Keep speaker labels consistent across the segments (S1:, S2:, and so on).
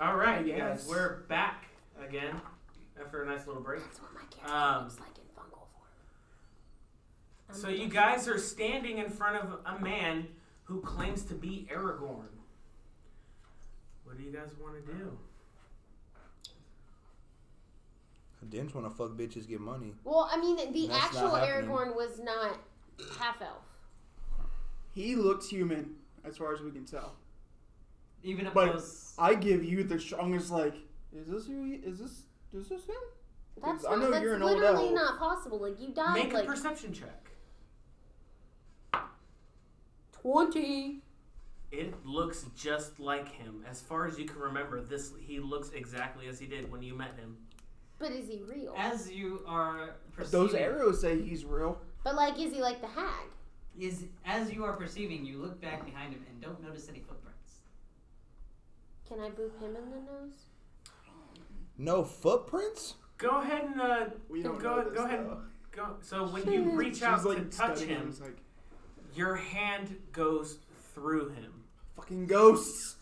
S1: All right, guys,
S2: Yes.
S1: we're back again after a nice little break.
S3: That's what my character
S1: Um,
S3: looks like in fungal form. I'm
S1: So
S3: gonna-
S1: you guys are standing in front of a man who claims to be Aragorn. What do you guys want to do?
S2: Dens want to fuck bitches, get money.
S3: Well, I mean, the, the
S2: That's not
S3: actual
S2: happening.
S3: Aragorn was not half elf.
S4: He looks human, as far as we can tell.
S5: Even if
S4: But-
S5: those.
S4: I give you the strongest. Like, is this who? He, is this? Is this him?
S3: That's
S4: Because I
S3: not,
S4: know
S3: that's
S4: you're an old
S3: literally
S4: elf.
S3: not possible. Like you died
S1: Make a
S3: like
S1: perception check.
S3: twenty.
S1: It looks just like him. As far as you can remember, this he looks exactly as he did when you met him.
S3: But is he real?
S5: As you are perceiving.
S4: Those arrows say he's real.
S3: But like, is he like the hag?
S5: Is, as you are perceiving, you look back behind him and don't notice any footprints.
S3: Can I boop him in the nose?
S2: No footprints?
S1: Go ahead and uh,
S4: We don't
S1: go
S4: know this,
S1: go ahead.
S4: though.
S1: Go. So when you reach
S4: She's,
S1: out
S4: like,
S1: to touch
S4: studying
S1: him,
S4: It's like
S1: your hand goes through him.
S4: fucking ghosts.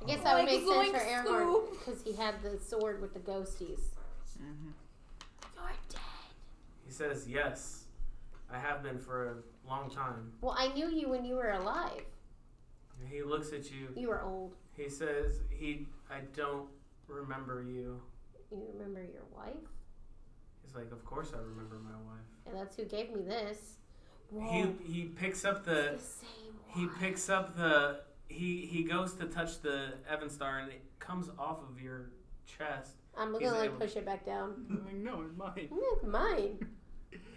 S3: I guess that would
S6: Like,
S3: make sense
S6: zoink,
S3: for Aragorn because he had the sword with the ghosties. You're dead.
S1: He says, "Yes, I have been for a long time."
S3: Well, I knew you when you were alive.
S1: And he looks at you.
S3: You were old.
S1: He says, "He, I don't remember you."
S3: You remember your wife,
S1: He's like, "Of course I remember my wife."
S3: and that's who gave me this.
S1: He he picks up the
S3: the same
S1: he
S3: one.
S1: picks up the he he goes to touch the Evanstar and it comes off of your chest.
S3: I'm
S1: he's
S3: gonna like
S1: able-
S3: push it back down.
S4: Like, no, it's mine.
S3: Mm, Mine.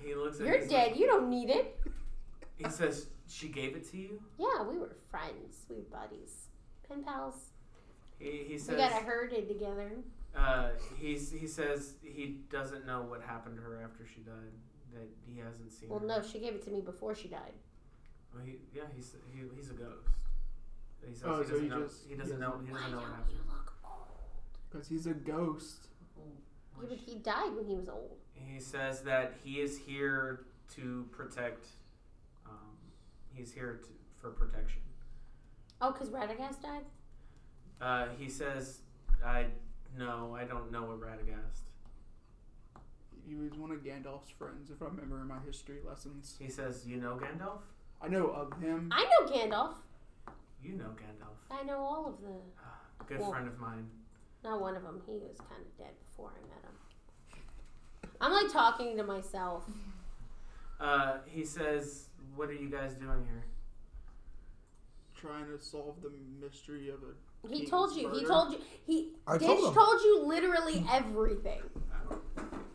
S1: He looks at
S3: You're
S1: he's
S3: dead. You don't need it.
S1: Like, he says, "She gave it to you."
S3: Yeah, we were friends. We were buddies. Pen pals.
S1: He he
S3: we got
S1: says.
S3: a herded together.
S1: Uh, he's, he says he doesn't know what happened to her after she died. That he hasn't seen.
S3: Well,
S1: her.
S3: no, she gave it to me before she died.
S1: Well, he, yeah, he's he, he's a ghost. He says
S4: Oh,
S1: he
S4: so
S1: doesn't
S4: he
S1: know.
S4: just-
S1: He doesn't
S4: he
S1: know. He doesn't know what
S3: you
S1: happened.
S3: look old?
S4: Because he's a ghost.
S3: Yeah, but he died when he was old.
S1: He says that he is here to protect. Um, he's here to, for protection.
S3: Oh, because Radagast died?
S1: Uh, he says, "I no, I don't know a Radagast."
S4: He was one of Gandalf's friends, if I remember in my history lessons.
S1: He says, "You know Gandalf?
S4: I know of him.
S3: I know Gandalf.
S1: You know Gandalf.
S3: I know all of the.
S1: Good
S3: Well-
S1: friend of mine."
S3: Not one of them. He was kind of dead before I met him. I'm like talking to myself.
S1: Uh, he says, "What are you guys doing here?"
S4: Trying to solve the mystery of a.
S3: He
S4: King's
S3: told you. He
S4: murder.
S3: told you. He
S2: I
S3: Ditch
S2: told him.
S3: told you literally everything.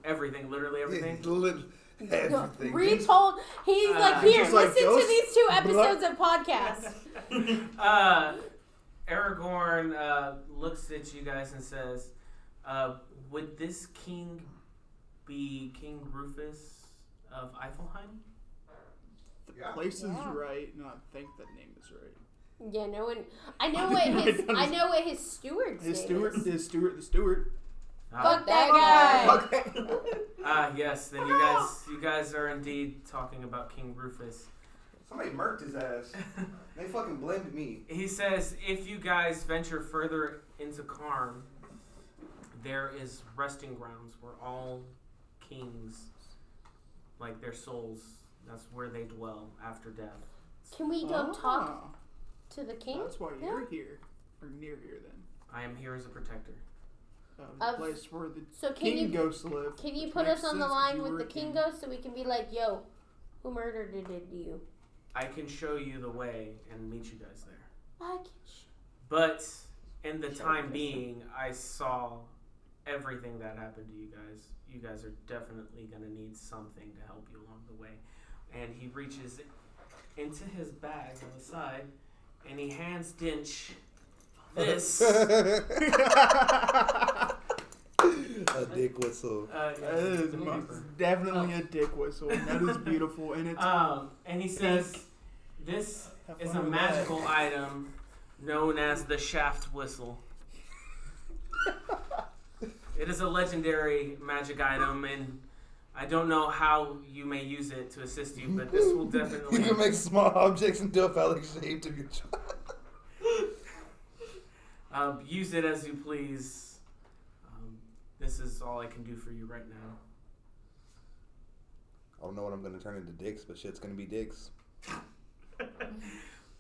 S1: Everything, literally everything.
S3: No, Retold. He's like, here,
S4: Just like
S3: listen to
S4: ghosts?
S3: these two
S4: Blah.
S3: episodes of podcast.
S1: uh, Aragorn uh, looks at you guys and says, uh, "Would this king be King Rufus of Eiffelheim?"
S4: The
S7: Yeah.
S4: place is
S3: Yeah.
S4: right. No, I think the name is right.
S3: Yeah, no one. I know what his. I know what his steward's
S4: His
S3: name
S4: steward,
S3: is.
S4: his steward, the steward.
S3: Fuck
S1: Ah,
S3: that guy.
S1: ah, yes. Then you guys, you guys are indeed talking about King Rufus.
S7: Somebody murked his ass. They fucking blamed me.
S1: He says, if you guys venture further into Karn, there is resting grounds where all kings, like their souls, that's where they dwell after death.
S3: Can we go talk
S4: Ah,
S3: to the king?
S4: That's why
S3: Yeah.
S4: you're here, or near here then.
S1: I am here as a protector.
S4: Of the
S3: Of-
S4: place where the
S3: So can
S4: king
S3: you
S4: ghosts live.
S3: can you
S4: which
S3: put us
S4: makes
S3: on the
S4: sense 'cause
S3: line
S4: you
S3: with
S4: were
S3: the
S4: a
S3: king ghost so we can be like, yo, who murdered it? Did you?
S1: I can show you the way and meet you guys there.
S3: I can sh-
S1: But in the time being, I saw everything that happened to you guys. You guys are definitely going to need something to help you along the way. And he reaches into his bag on the side and he hands Dinch this. uh,
S2: a dick whistle.
S1: yeah,
S4: That is
S1: the
S4: most
S1: paper.
S4: definitely a dick whistle. and That is beautiful, and it's
S1: um, and he says, This
S4: have
S1: is
S4: fun
S1: a
S4: with
S1: magical item known as the shaft whistle. it is a legendary magic item, and I don't know how you may use it to assist you, but this will
S2: You
S1: definitely.
S2: can make small objects into a phallic shape to your child.
S1: Um, use it as you please. Um, this is all I can do for you right now.
S2: I don't know what I'm gonna turn into dicks, but shit's gonna be dicks.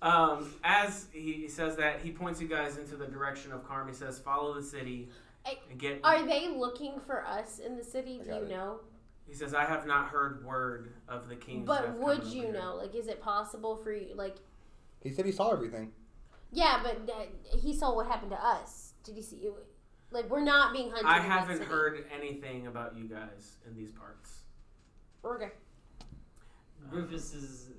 S1: Um, as he says that, he points you guys into the direction of Carm. He says, "Follow the city
S3: Hey,
S1: and get."
S3: Are they looking for us in the city?
S2: I
S3: Do
S2: got
S3: you
S2: it.
S3: know?
S1: he says, "I have not heard word of the kings." that
S3: But
S1: have
S3: would
S1: come over
S3: you
S1: here."
S3: know? Like, is it possible for you? Like,
S2: He said he saw everything.
S3: yeah, but that, he saw what happened to us. Did he see? It, like, we're not being hunted.
S1: I
S3: in that
S1: haven't
S3: city.
S1: heard anything about you guys in these parts.
S3: Okay.
S5: Rufus's. Uh,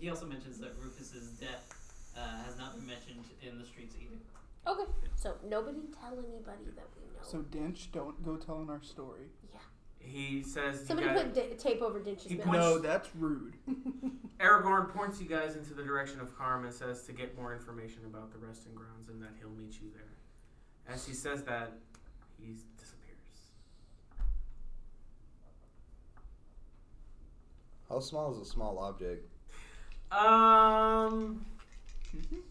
S5: he also mentions that Rufus's death uh, has not been mentioned in the streets either.
S3: Okay. So nobody tell anybody that we know.
S4: So Dench, don't go telling our story.
S1: He says, you
S3: Somebody
S1: guys-
S3: put d- tape over Dinch's
S1: He
S3: mouth.
S1: points-
S4: No, that's rude.
S1: Aragorn points you guys into the direction of Karm and says to get more information about the resting grounds and that he'll meet you there. As he says that, he disappears.
S2: How small is a small object?
S1: Um,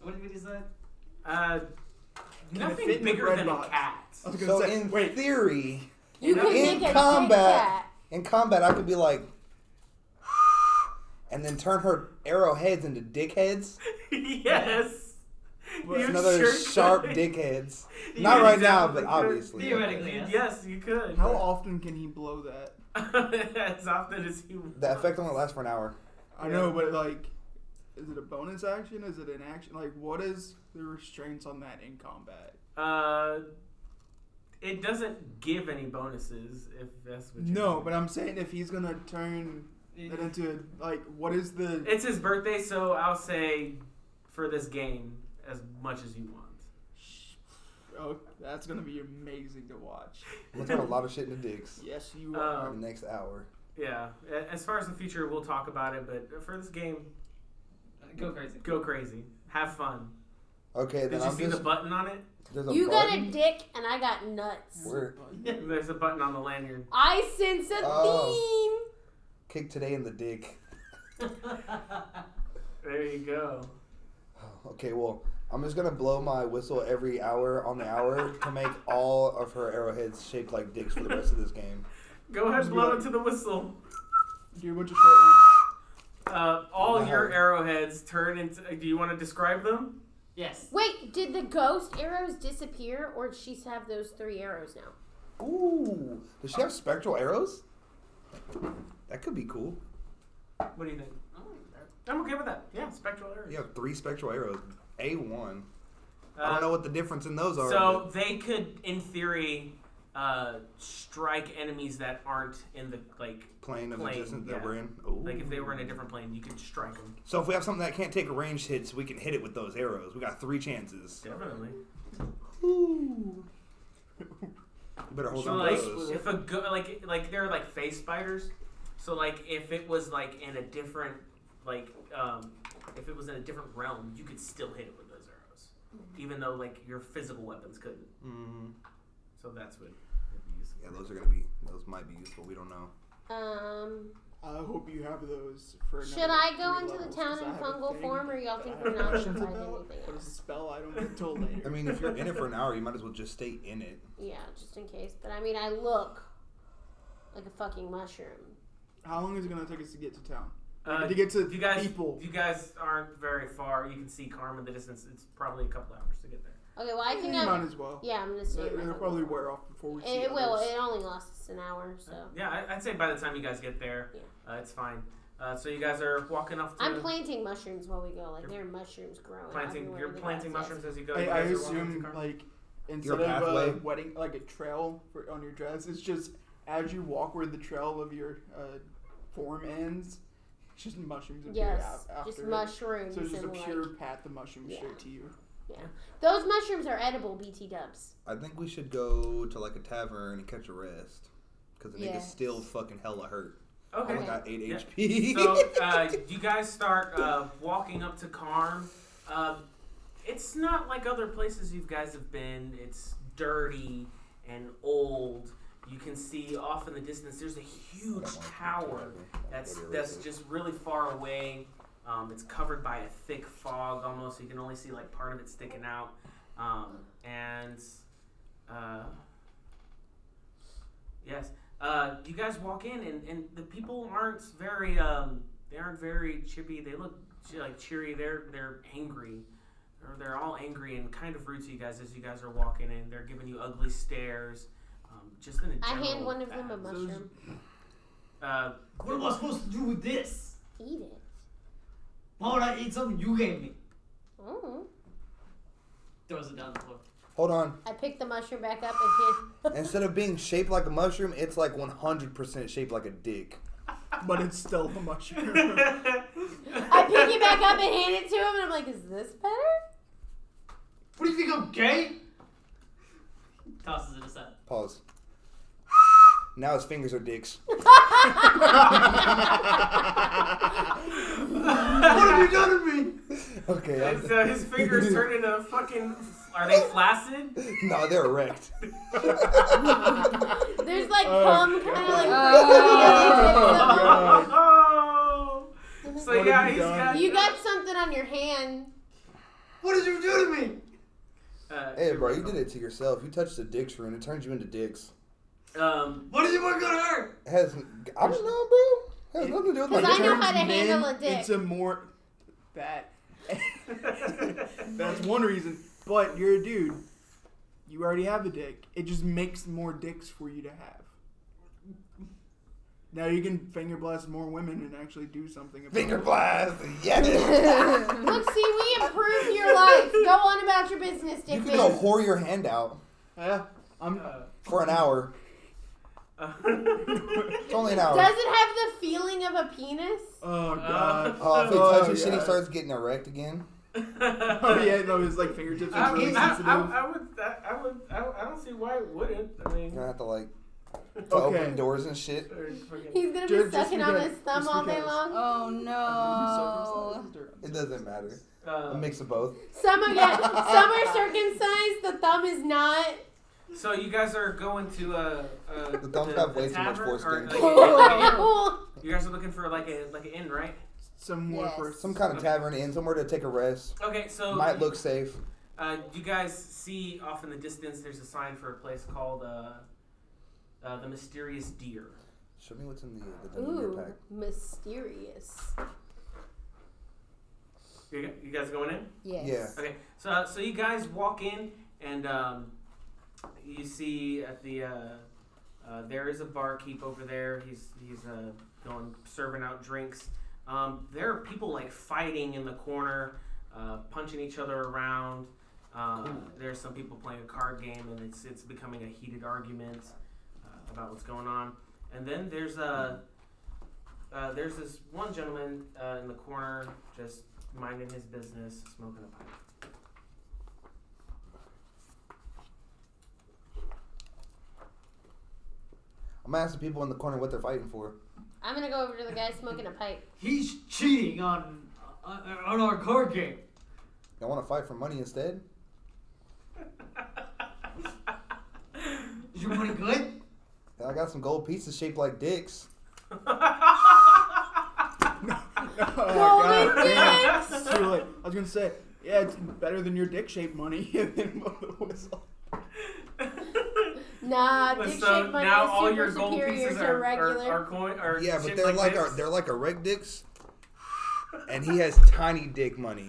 S5: What did we decide?
S1: uh,
S4: it
S1: nothing
S4: fit in the
S1: bigger
S4: bread
S1: than
S4: box?
S1: a cat.
S4: I was gonna
S2: So
S4: say,
S2: in
S4: wait,
S2: theory,
S3: You
S1: In
S3: could make a
S2: combat.
S3: Tic Tac.
S2: in combat, I could be like, and then turn her arrowheads into dickheads.
S1: yes.
S4: Well,
S1: You
S2: Another
S1: sure
S2: sharp
S1: could.
S2: dickheads.
S1: You
S2: Not right now,
S1: definitely
S2: but
S1: could.
S2: obviously.
S5: Theoretically, yes.
S1: Yes, you could.
S4: how often can he blow that?
S1: as often as you.
S2: The effect only lasts for an hour.
S4: I know, but like, is it a bonus action? Is it an action? Like, what is the restraints on that in combat?
S1: Uh, it doesn't give any bonuses if that's what. you
S4: No, but I'm saying if he's gonna turn that into a, like, what is the?
S1: It's his birthday, so I'll say for this game as much as you want.
S4: Oh, that's gonna be amazing to watch.
S2: I'm gonna turn a lot of shit into dicks
S4: Yes, you
S1: Uh,
S4: are.
S2: in the next hour.
S1: Yeah. a- As far as the future, we'll talk about it, but for this game,
S5: Uh, Go crazy.
S1: go crazy, have fun.
S2: Okay, then
S1: Did you
S2: I'm
S1: see
S2: just
S1: the button on it?
S2: there's a
S3: You got a
S2: button?
S3: dick, and I got nuts.
S2: Where-
S1: There's a button on the lanyard.
S3: I sense a
S2: Oh. kick today in the dick.
S1: There you go.
S2: Okay, well, I'm just gonna blow my whistle every hour on the hour to make all of her arrowheads shaped like dicks for the rest of this game.
S1: Go ahead,
S4: Just
S1: blow
S4: like-
S1: into the whistle.
S4: Do a bunch of short ones.
S1: Uh, all
S2: Wow.
S1: your arrowheads turn into. uh, Do you want to describe them?
S5: Yes.
S3: theme. Wait, did the ghost arrows disappear, or did she have those three arrows now?
S2: Ooh, does she have spectral arrows? That could be cool.
S1: What do you think? I'm okay with that. Yeah, spectral arrows.
S2: You have three spectral arrows. A one. I
S1: Uh,
S2: don't know what the difference in those are.
S1: So they could, in theory, uh, strike enemies that aren't in the like,
S2: but plane of
S1: plane,
S2: existence that
S1: yeah.
S2: we're in. Ooh.
S1: like if they were in a different plane, you could strike them.
S2: so if we have something that can't take ranged hits, we can hit it with those arrows. We got three chances.
S1: Definitely.
S2: Ooh. You better hold
S1: So
S2: on to
S1: like,
S2: those.
S1: if a go- like like they're like face spiders. So like if it was like in a different like um, if it was in a different realm, you could still hit it with those arrows, even though like your physical weapons couldn't.
S2: Mm,
S1: So that's what. it'd be used
S2: yeah,
S1: for.
S2: those are gonna be. Those might be useful. We don't know.
S3: Um,
S4: I hope you have those for. another
S3: should I go
S4: three
S3: into the
S4: levels,
S3: town
S4: 'cause I
S3: in
S4: have a
S3: fungal
S4: thing
S3: form, or y'all
S4: that
S3: think
S4: I
S3: we're
S4: have
S3: not
S4: questions
S3: providing
S4: about.
S3: anything
S4: What
S3: else?
S4: is the spell? I don't get told later.
S2: I mean, if you're in it for an hour, you might as well just stay in it.
S3: Yeah, just in case. But I mean, I look like a fucking mushroom.
S4: How long is it gonna take us to get to town?
S1: Uh,
S4: to get to
S1: if you guys,
S4: people.
S1: if you guys aren't very far. You can see Karma in the distance. It's probably a couple hours to get there.
S3: Okay, well, I
S4: You
S3: think
S4: might
S3: I'm.
S4: as well.
S3: Yeah, I'm gonna
S4: They-
S3: stay. in my
S4: They'll
S3: fungal
S4: probably
S3: form.
S4: wear off before we see
S3: It, it will.
S4: others.
S3: It only lasts us an hour, so.
S1: Yeah, I, I'd say by the time you guys get there, uh, it's fine. Uh, so you guys are walking off to
S3: I'm planting mushrooms while we go. Like there are mushrooms growing.
S1: planting.
S3: everywhere
S1: You're
S3: in the
S1: planting
S3: grass,
S1: mushrooms as you go.
S4: I,
S1: You
S4: I
S1: guys are walking to
S4: assume
S1: Karma.
S4: like instead of
S2: pathway?
S4: a wedding, like a trail for, on your dress, it's just as you walk where the trail of your uh, form ends, it's just mushrooms appear
S3: Yes,
S4: out after
S3: just
S4: it.
S3: mushrooms.
S4: So it's just a
S3: and like,
S4: pure path of mushrooms
S3: Yeah.
S4: straight to you.
S3: Those mushrooms are edible, BT dubs.
S2: I think we should go to like a tavern and catch a rest, because the
S3: Yeah.
S2: nigga's still fucking hella hurt. I
S1: okay.
S2: only got eight
S1: Yeah.
S2: HP.
S1: so uh, you guys start uh, walking up to Karm. Um, it's not like other places you guys have been. It's dirty and old. You can see off in the distance. There's a huge tower that's that's just really far away. Um, it's covered by a thick fog almost. You can only see like part of it sticking out. Um, and uh, yes, uh, you guys walk in, and, and the people aren't very um, they aren't very chippy. They look che- like cheery. They're they're angry. They're, they're all angry and kind of rude to you guys as you guys are walking in. They're giving you ugly stares. Um, just in a
S3: I hand
S1: general
S3: one of them a
S1: bad-
S3: mushroom.
S1: Uh,
S5: What am I supposed to do with this?
S3: Eat it.
S5: Why would I eat something you gave me?
S3: Oh.
S5: Throws it down the floor.
S2: Hold on.
S3: I pick the mushroom back up and hand.
S2: Instead of being shaped like a mushroom, it's like 100% shaped like a dick.
S4: But it's still a mushroom.
S3: I
S1: I
S3: pick it back up and hand it to him, and I'm like, "Is this better?"
S5: What do you think I'm gay? Tosses it aside.
S2: Pause. Now his fingers are dicks.
S5: what have you done to me?
S2: Okay. I'm-
S1: His, uh, his fingers turn into fucking. Are they flaccid?
S2: no, they're erect.
S3: There's like
S4: Oh,
S3: cum kind of like.
S4: Oh,
S1: Oh! So
S4: What
S1: yeah,
S4: have you
S1: he's
S4: done?
S1: got.
S3: You got something on your hand.
S5: What did you do to me?
S1: Uh,
S2: Hey, bro, you did it to yourself. You touched the dicks rune. It turns you into dicks.
S1: Um,
S5: What did you want gonna hurt?
S2: It has I don't know, bro. It has nothing to do with my
S3: Because I know
S2: dick.
S3: how to
S4: Men,
S3: handle a dick.
S4: It's a more that. That's one reason. But you're a dude. You already have a dick. It just makes more dicks for you to have. Now you can finger blast more women and actually do something about
S2: Finger
S4: it.
S2: blast. Yeah.
S3: Look, see, we improved your life. Go on about your business,
S2: you
S3: dick
S2: can go
S3: man.
S2: whore your hand out
S4: Yeah, I'm
S2: for an hour.
S1: Oh,
S2: It's only an hour.
S3: Does it have the feeling of a penis?
S4: Oh god.
S2: Oh, if he
S4: Oh,
S2: touches shit, he
S4: yeah.
S2: starts getting erect again.
S4: Oh yeah, no, his like fingertips
S1: I,
S4: are really
S1: mean, I,
S4: sensitive.
S1: I, I would, I, I would, I, I don't see why it wouldn't. I mean,
S2: You're gonna have to like to
S4: Okay.
S2: open doors and shit.
S1: or fucking-
S3: He's gonna be
S4: Just- just
S3: sucking on
S4: because-
S3: his thumb
S4: just
S3: all day
S4: because.
S3: long.
S6: Oh
S4: Are
S3: Oh.
S6: no.
S4: you circumcised or-
S2: It doesn't matter. A
S1: um,
S2: mix of both.
S3: Some are yeah, some are circumcised. The thumb is not.
S1: so you guys are going to uh, uh,
S2: The thumbs have way too much
S1: tavern, or,
S2: foreskin.
S1: like,
S3: Cool.
S1: you guys are looking for like a like an inn, right?
S4: Some more
S6: Yes.
S4: for
S2: Some kind of tavern inn, somewhere to take a rest.
S1: Okay, so
S2: Might look safe.
S1: Uh, you guys see off in the distance? There's a sign for a place called uh, uh, the Mysterious Deer.
S2: Show me what's in the the Dungeon
S3: Ooh,
S2: Bear pack.
S3: mysterious.
S1: You, you guys going in?
S6: Yes.
S2: Yeah.
S1: Okay, so uh, so you guys walk in and um, you see at the uh, uh, there is a barkeep over there. He's he's uh, going serving out drinks. Um, there are people like fighting in the corner, uh, punching each other around. Uh, There's some people playing a card game, and it's it's becoming a heated argument uh, about what's going on. And then there's a uh, there's this one gentleman uh, in the corner just minding his business, smoking a pipe.
S2: I'm gonna ask the people in the corner what they're fighting for.
S3: I'm gonna go over to the guy smoking a pipe.
S5: He's cheating on on, on our card game.
S2: They want to fight for money instead.
S5: Is your money good?
S2: I got some gold pieces shaped like dicks.
S4: Oh,
S3: Golden
S4: God.
S3: dicks!
S4: Too late. I was gonna say, yeah, it's better than your dick shaped money. And then the whistle.
S3: Nah, dick
S1: so
S3: shaped money
S1: now
S3: is
S1: all
S3: super
S1: your gold
S3: superior
S1: pieces
S3: to
S1: are, are,
S3: regular.
S1: are coin are
S2: Yeah, but
S1: shaped
S2: they're like, our,
S1: this.
S2: they're like erect dicks, and he has tiny dick money.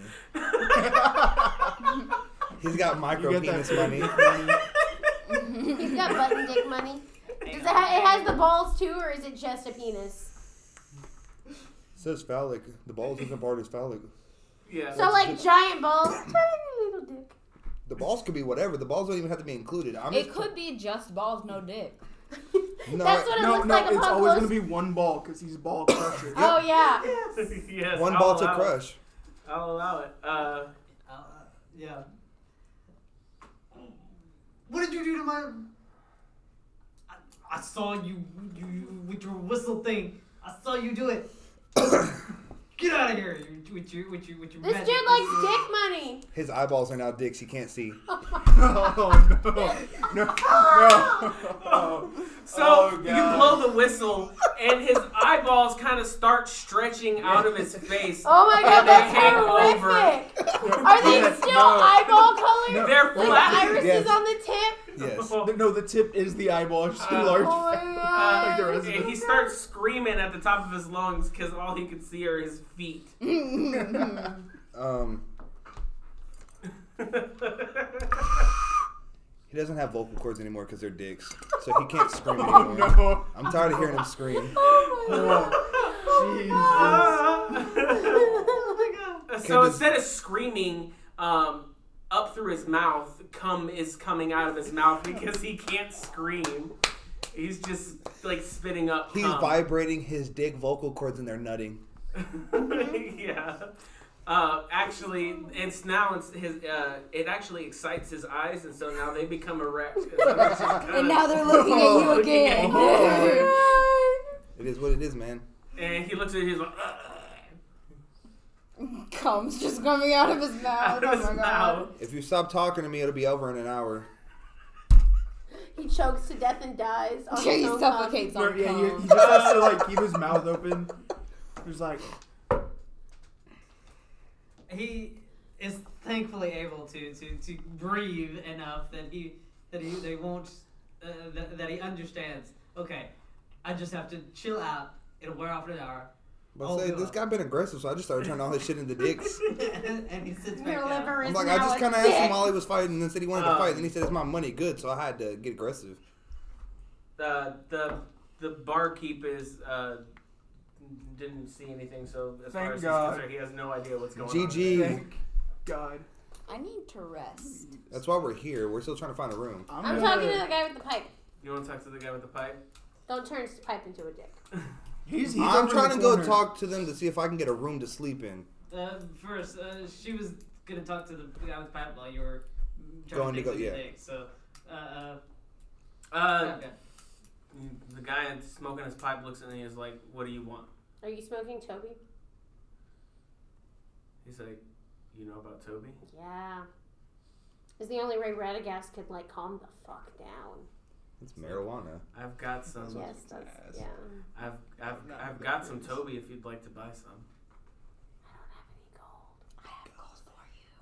S2: He's got micro
S4: You get
S2: penis
S4: that
S2: money.
S3: He's got button dick money. Does it, ha- it has the balls too, or is it just a penis?
S2: says phallic. The balls isn't part is phallic.
S1: yeah.
S3: So like giant balls, tiny little dick.
S2: The balls could be whatever. The balls don't even have to be included. I'm
S6: It
S2: just-
S6: could be just balls, no dick.
S2: No,
S3: That's what it
S4: No,
S3: looks
S4: no,
S3: like
S4: it's
S3: upon
S4: always
S3: close.
S4: gonna be one ball because he's ball crusher.
S3: Oh yeah.
S1: yes,
S2: one
S1: I'll
S2: ball to
S1: allow it.
S2: crush.
S1: I'll allow it. Uh,
S5: Uh, uh, yeah. What did you do to my? I, I saw you, you you with your whistle thing. I saw you do it. Get out of here! You, with your with your with your.
S3: This
S5: magic
S3: dude
S5: whistle.
S3: likes dick money.
S2: His eyeballs are now dicks. He can't see.
S4: oh no, no, no.
S1: so
S4: Oh,
S1: you
S4: God.
S2: Oh,
S1: blow the whistle, and his eyeballs kind of start stretching out of his face.
S3: Oh my god,
S1: They
S3: that's
S1: hang over.
S3: horrific. Are they still eyeball color?
S1: They're
S3: Like
S1: flat.
S3: the iris
S2: Yes.
S3: is on the tip.
S2: Yes.
S1: Oh,
S4: No, the tip is the eyeball. It's just a
S1: Uh,
S4: large.
S3: Oh my
S1: Uh,
S4: Like the
S3: god.
S4: rest-
S1: and he starts screaming at the top of his lungs because all he could see are his feet.
S2: Um, he doesn't have vocal cords anymore because they're dicks, so he can't scream anymore.
S4: no.
S2: I'm tired of hearing him scream.
S4: Oh,
S3: Ah.
S1: so
S2: Goodness.
S1: instead of screaming, um, up through his mouth, cum is coming out of his mouth because he can't scream. He's just like spitting up.
S2: He's
S1: cum.
S2: vibrating his dick vocal cords and they're nutting.
S1: yeah. Uh, actually, it's now it's his. Uh, it actually excites his eyes, and so now they become erect.
S6: And now they're looking at you
S1: Looking at
S6: again.
S2: It is what it is, man.
S1: and he looks at you. He's like,
S6: Oh, Comes just coming out of his mouth.
S1: out of
S6: Oh
S1: his
S6: my god.
S1: mouth.
S2: If you stop talking to me, it'll be over in an hour.
S3: He chokes to death and dies. On
S6: Yeah,
S3: his
S6: he
S3: own
S6: suffocates
S4: no,
S6: on
S4: yeah, he, he
S6: cum.
S4: just has to like keep his mouth open. He's like,
S5: He is thankfully able to, to, to breathe enough that he that he they won't uh, that, that he understands. Okay, I just have to chill out. It'll wear off in an hour.
S2: But
S5: Oh,
S2: say,
S5: God.
S2: this guy been aggressive, so I just started turning all his shit into dicks.
S5: and he sits
S3: Your
S5: back down.
S3: liver is
S2: I'm like,
S3: now
S2: I just
S3: a
S2: kind of asked him
S3: dick.
S2: while he was fighting, and then said he wanted to
S1: Um,
S2: fight. Then he said, "It's my money, good," so I had to get aggressive.
S1: Uh, the the barkeep is uh, didn't see anything, so as
S4: Thank
S1: far as he's
S4: God.
S1: concerned, he has no idea what's going on.
S2: GG.
S4: thank God.
S6: I need to rest.
S2: That's why we're here. We're still trying to find a room.
S3: I'm talking to the guy with the pipe.
S1: You want to talk to the guy with the pipe?
S3: Don't turn his pipe into a dick.
S4: He's, he's
S2: I'm
S4: over in
S2: trying to
S4: the
S2: go
S4: corner.
S2: talk to them to see if I can get a room to sleep in.
S5: Uh, first, uh, she was gonna talk to the guy with Pat while you were trying
S2: Going to
S5: to,
S2: go-
S5: think of your
S2: yeah.
S5: thing, So, uh, uh,
S1: Uh,
S5: okay.
S1: the guy smoking his pipe looks at me and he's like, "What do you want?"
S3: Are you smoking Toby?
S1: He's like, "You know about Toby?"
S3: Yeah. Is the only way Radagast could like calm the fuck down.
S2: It's marijuana.
S1: I've got some.
S3: yes, that's
S4: Yes.
S3: yeah.
S1: I've I've,
S4: Not
S1: I've
S4: the
S1: got some
S4: greatest.
S1: Toby if you'd like to buy some.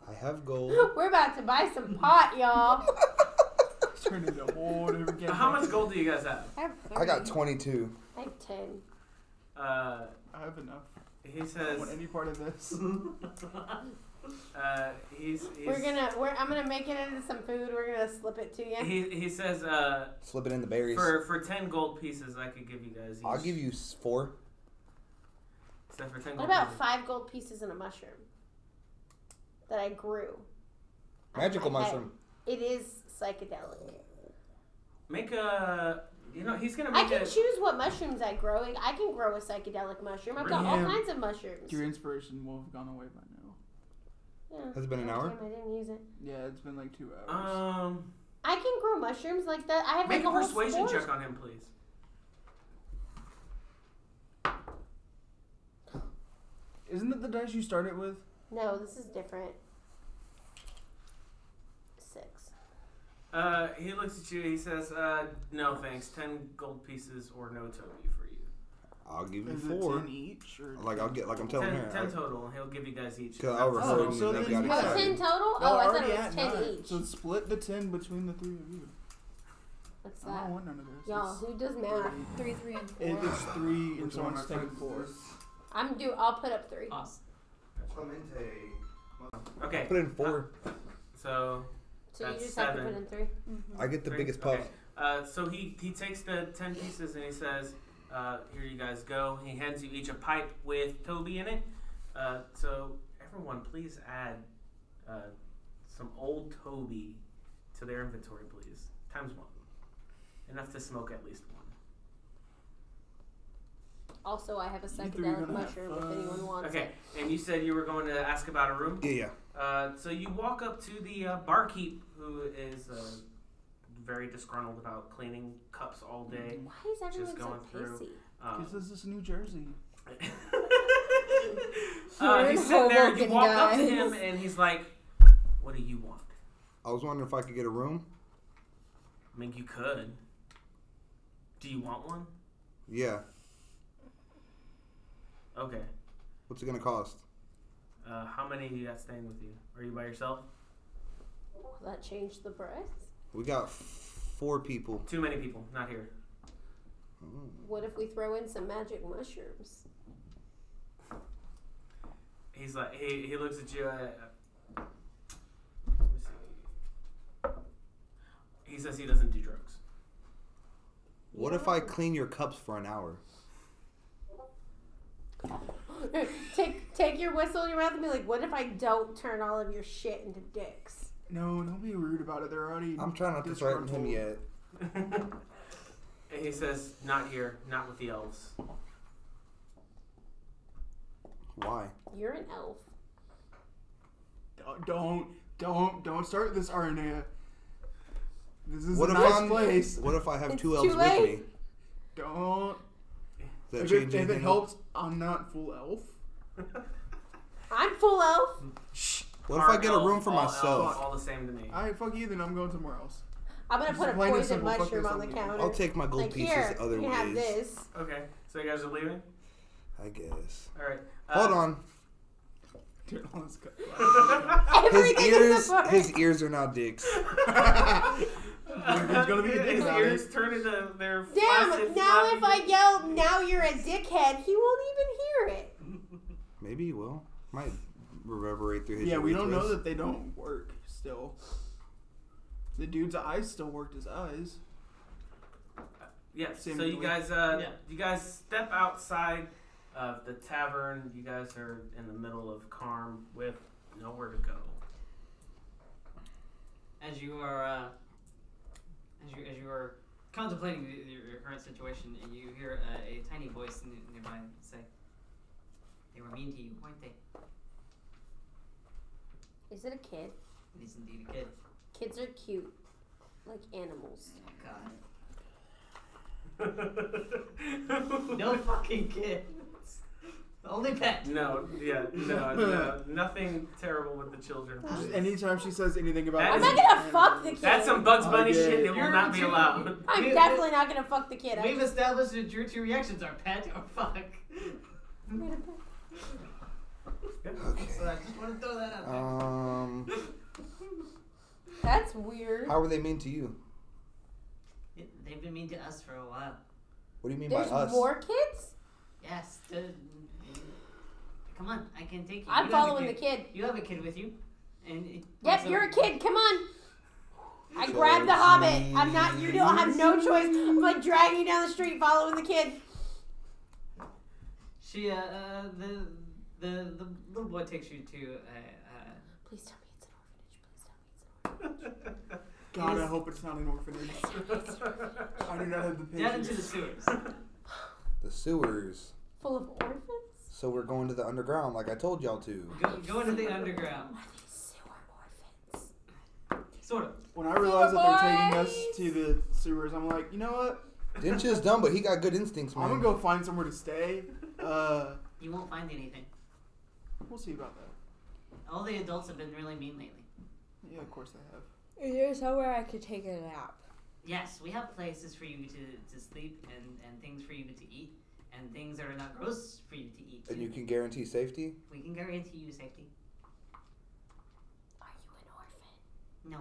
S2: I have gold.
S3: We're about to buy some pot, y'all.
S4: He's turning into a whole different game.
S1: Uh, How much gold do you guys have?
S6: I, have
S2: I got
S6: 30.
S2: 22.
S3: I have ten.
S1: Uh,
S4: I have enough.
S1: he
S4: I
S1: says.
S4: don't want any part of this.
S1: Uh, he's, he's,
S3: We're gonna. We're, I'm gonna make it into some food. We're gonna slip it to you.
S1: He he says. Uh,
S2: Slip it in the berries.
S1: for for ten gold pieces, I could give you guys.
S2: I'll
S1: each.
S2: give you s- four.
S1: Except for ten
S3: What
S1: gold
S3: about
S1: pieces.
S3: five gold pieces and a mushroom that I grew?
S2: Magical
S3: I- I-
S2: mushroom.
S3: It is psychedelic.
S1: Make a. You know he's gonna
S3: I
S1: make
S3: can
S1: a.
S3: choose what mushrooms I grow. I can grow a psychedelic mushroom. I've got all
S4: Yeah.
S3: kinds of mushrooms.
S4: Your inspiration will have gone away by now.
S3: Yeah.
S2: Has it been an
S3: God
S2: hour?
S3: damn, I didn't use it.
S4: Yeah, it's been like two hours.
S1: Um,
S3: I can grow mushrooms like that. I have
S1: make
S3: like
S1: a
S3: a, whole
S1: persuasion
S3: sport.
S1: check on him, please.
S4: Isn't it the dice you started with?
S3: No, this is different. Six.
S1: Uh, he looks at you. He says, uh, "No, thanks. Ten gold pieces or no Toby for you.
S2: I'll give you
S4: Is it
S2: four.
S4: ten each? Or
S2: Like I'll get like I'm telling
S1: Ten,
S2: her.
S1: ten
S2: I-
S1: total. He'll give you guys each.
S2: Cause I overheard
S4: Oh,
S2: him
S4: so then
S2: and I got
S4: you
S3: Oh,
S4: have
S2: excited.
S3: ten total?
S4: Y'all
S3: oh, I
S4: are
S3: thought
S4: already
S3: it was
S4: at
S3: ten
S4: nine,
S3: each.
S4: So split the ten between the three of you.
S3: What's
S4: I
S3: that?
S4: don't want none of this.
S3: Y'all, who does math?
S6: Three, three, and
S4: It's, it,
S6: four.
S4: it's three, and
S7: Which one
S4: someone's
S7: of my
S4: taking
S7: friends
S4: four.
S7: is this?
S3: I'm do. I'll put up three.
S5: Awesome.
S7: Clemente.
S1: Okay,
S2: Put in four.
S1: so
S3: So you
S1: That's
S3: just have to put
S1: seven.
S3: in three.
S2: I get the
S1: Three?
S2: biggest puff.
S1: Okay. Uh, so he, he takes the 10 pieces and he says, uh, Here you guys go. He hands you each a pipe with Toby in it. Uh, so, everyone, please add uh, some old Toby to their inventory, please. Times one. Enough to smoke at least one.
S3: Also, I have a
S4: You three are
S3: psychedelic
S4: gonna have
S3: mushroom if
S4: fun.
S3: anyone wants
S1: Okay,
S3: it.
S1: and you said you were going to ask about a room?
S2: Yeah, yeah.
S1: Uh, so, you walk up to the uh, barkeep who is uh, very disgruntled about cleaning cups all day.
S3: Why is everyone so
S1: going through.
S3: pissy?
S1: Um,
S4: Because this Mm-hmm. is New Jersey.
S1: uh, he's sitting there. You
S6: Hoboken,
S1: walk up to
S6: guys.
S1: him, and he's like, "What do you want?"
S2: I was wondering if I could get a room.
S1: I mean, you could. Do you want one?
S2: Yeah.
S1: Okay.
S2: What's it gonna cost?
S1: Uh, how many you got staying with you? Are you by yourself?
S3: Will that change the price?
S2: We got four people.
S1: Too many people. Not here.
S3: What if we throw in some magic mushrooms?
S1: He's like he, he looks at you. Uh, uh, let me see. He says he doesn't do drugs.
S2: What if I clean your cups for an hour?
S3: take take your whistle in your mouth and be like, what if I don't turn all of your shit into dicks?
S4: No, don't be rude about it. They're already.
S2: I'm trying not to threaten him
S4: disgruntled.
S2: yet.
S1: and he says, "Not here. Not with the elves."
S2: Why?
S3: You're an elf.
S4: Don't, don't, don't, don't start this, Arnea. This is
S2: What
S4: a
S2: if
S4: nice
S2: I'm,
S4: place.
S2: What if I have
S3: It's
S2: two
S3: too
S2: elves with me?
S3: late.
S4: Don't.
S2: Does that
S4: if
S2: change
S4: it, if
S2: anything?
S4: it helps, I'm not full elf.
S3: I'm full elf.
S2: What if I
S1: Are
S2: get a
S1: elves
S2: room for
S1: all elves
S2: myself?
S1: all the same to me.
S4: I fuck you, then I'm going somewhere else.
S3: I'm gonna
S4: Just
S3: put a
S4: plain and
S3: poison
S4: simple, fuck
S3: mushroom
S4: this
S3: on the
S4: up.
S3: counter.
S2: I'll take my gold
S3: like,
S2: pieces
S3: here,
S2: other
S3: you
S2: ways.
S3: have this.
S1: Okay, so you guys are leaving.
S2: I guess.
S1: All right.
S4: Uh,
S1: uh,
S2: Hold on.
S4: Dude, let's go.
S2: His
S3: Everything in
S2: ears,
S3: the bar.
S2: his ears are now dicks.
S4: There's gonna be a dick
S1: His
S4: about
S1: ears turn into their
S3: Damn!
S1: flaccid,
S3: now
S1: floppy
S3: if I yell, "Now you're a dickhead," he won't even hear it.
S2: Maybe he will. Might reverberate through his.
S4: Yeah, we don't know
S2: urethras.
S4: that they don't work still. The dude's eyes still worked his eyes.
S1: Yeah.
S4: Same
S1: so you
S4: way.
S1: guys, uh,
S5: Yeah.
S1: you guys step outside of the tavern. You guys are in the middle of Carm with nowhere to go.
S5: as you are uh, as you as you are contemplating the, your, your current situation, and you hear uh, a tiny voice in, in your mind say, "They were mean to you, weren't they?"
S3: Is it a kid?
S5: It is indeed a kid.
S3: Kids are cute, like animals.
S5: Oh, God, no fucking kids. Only pet.
S1: No, yeah, no, no, nothing terrible with the children.
S4: Just
S1: please.
S4: anytime she says anything about
S1: That
S3: I'm
S1: is-
S3: not gonna fuck the kid.
S1: That's some Bugs Bunny
S4: Okay.
S1: shit that will
S5: You're
S1: not be
S5: too-
S1: allowed.
S3: I'm
S5: we-
S3: definitely not gonna fuck the kid. I
S5: We've
S3: just-
S5: established that your two reactions are pet or fuck. So I just want to throw that out there.
S2: Um,
S3: That's weird.
S2: how were they mean to you?
S5: Yeah, They've been mean to us for a while.
S2: What do you mean
S3: There's
S2: by us?
S3: more kids.
S5: Yes. the- come on, I can take you.
S3: I'm
S5: You have a
S3: following the
S5: kid.
S3: kid.
S5: You have a kid with you, and it-
S3: Yep,
S5: so-
S3: you're a kid. Come on. I grabbed the hobbit. I'm not. You don't have no choice but dragging you down the street, following the kid.
S5: She, uh, uh, the, the, the little boy takes you to, uh,
S3: Please tell me it's an orphanage. Please tell me it's an
S4: God, I hope it's not an orphanage. I do not have the
S5: uh, down into
S4: patience.
S5: the sewers.
S2: The sewers.
S3: orphanage. Full of orphans.
S2: So we're going to the underground, like I told y'all to.
S5: Go, go into the underground.
S3: Are these sewer orphans?
S5: Sort of.
S4: When I realize that they're taking us
S3: Boys.
S4: to the sewers, I'm like, you know what?
S2: Dinch is dumb, but he got good instincts, man.
S4: I'm gonna go find somewhere to stay. Uh,
S5: You won't find anything.
S4: we'll see about that.
S5: All the adults have been really mean lately.
S4: Yeah, of course they have.
S6: Is there somewhere I could take a nap?
S5: Yes, we have places for you to, to sleep and, and things for you to eat and things that are not gross for you to eat.
S2: And you can guarantee safety.
S5: We can guarantee you safety.
S3: Are you an orphan?
S5: No,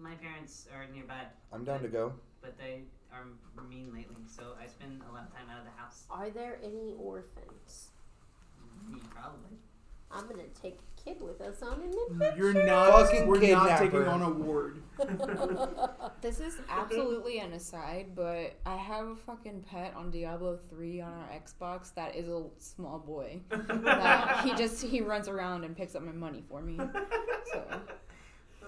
S5: my parents are nearby,
S2: I'm down to go.
S5: but they are mean lately, so I spend a lot of time out of the house.
S3: Are there any orphans?
S5: Me, probably.
S3: I'm gonna take a kid with us on an adventure.
S4: You're not.
S2: Fucking
S4: we're not taking
S2: kidnapper.
S4: on a ward.
S6: This is absolutely an aside, but I have a fucking pet on Diablo 3 on our Xbox that is a small boy. That he just he runs around and picks up my money for me. So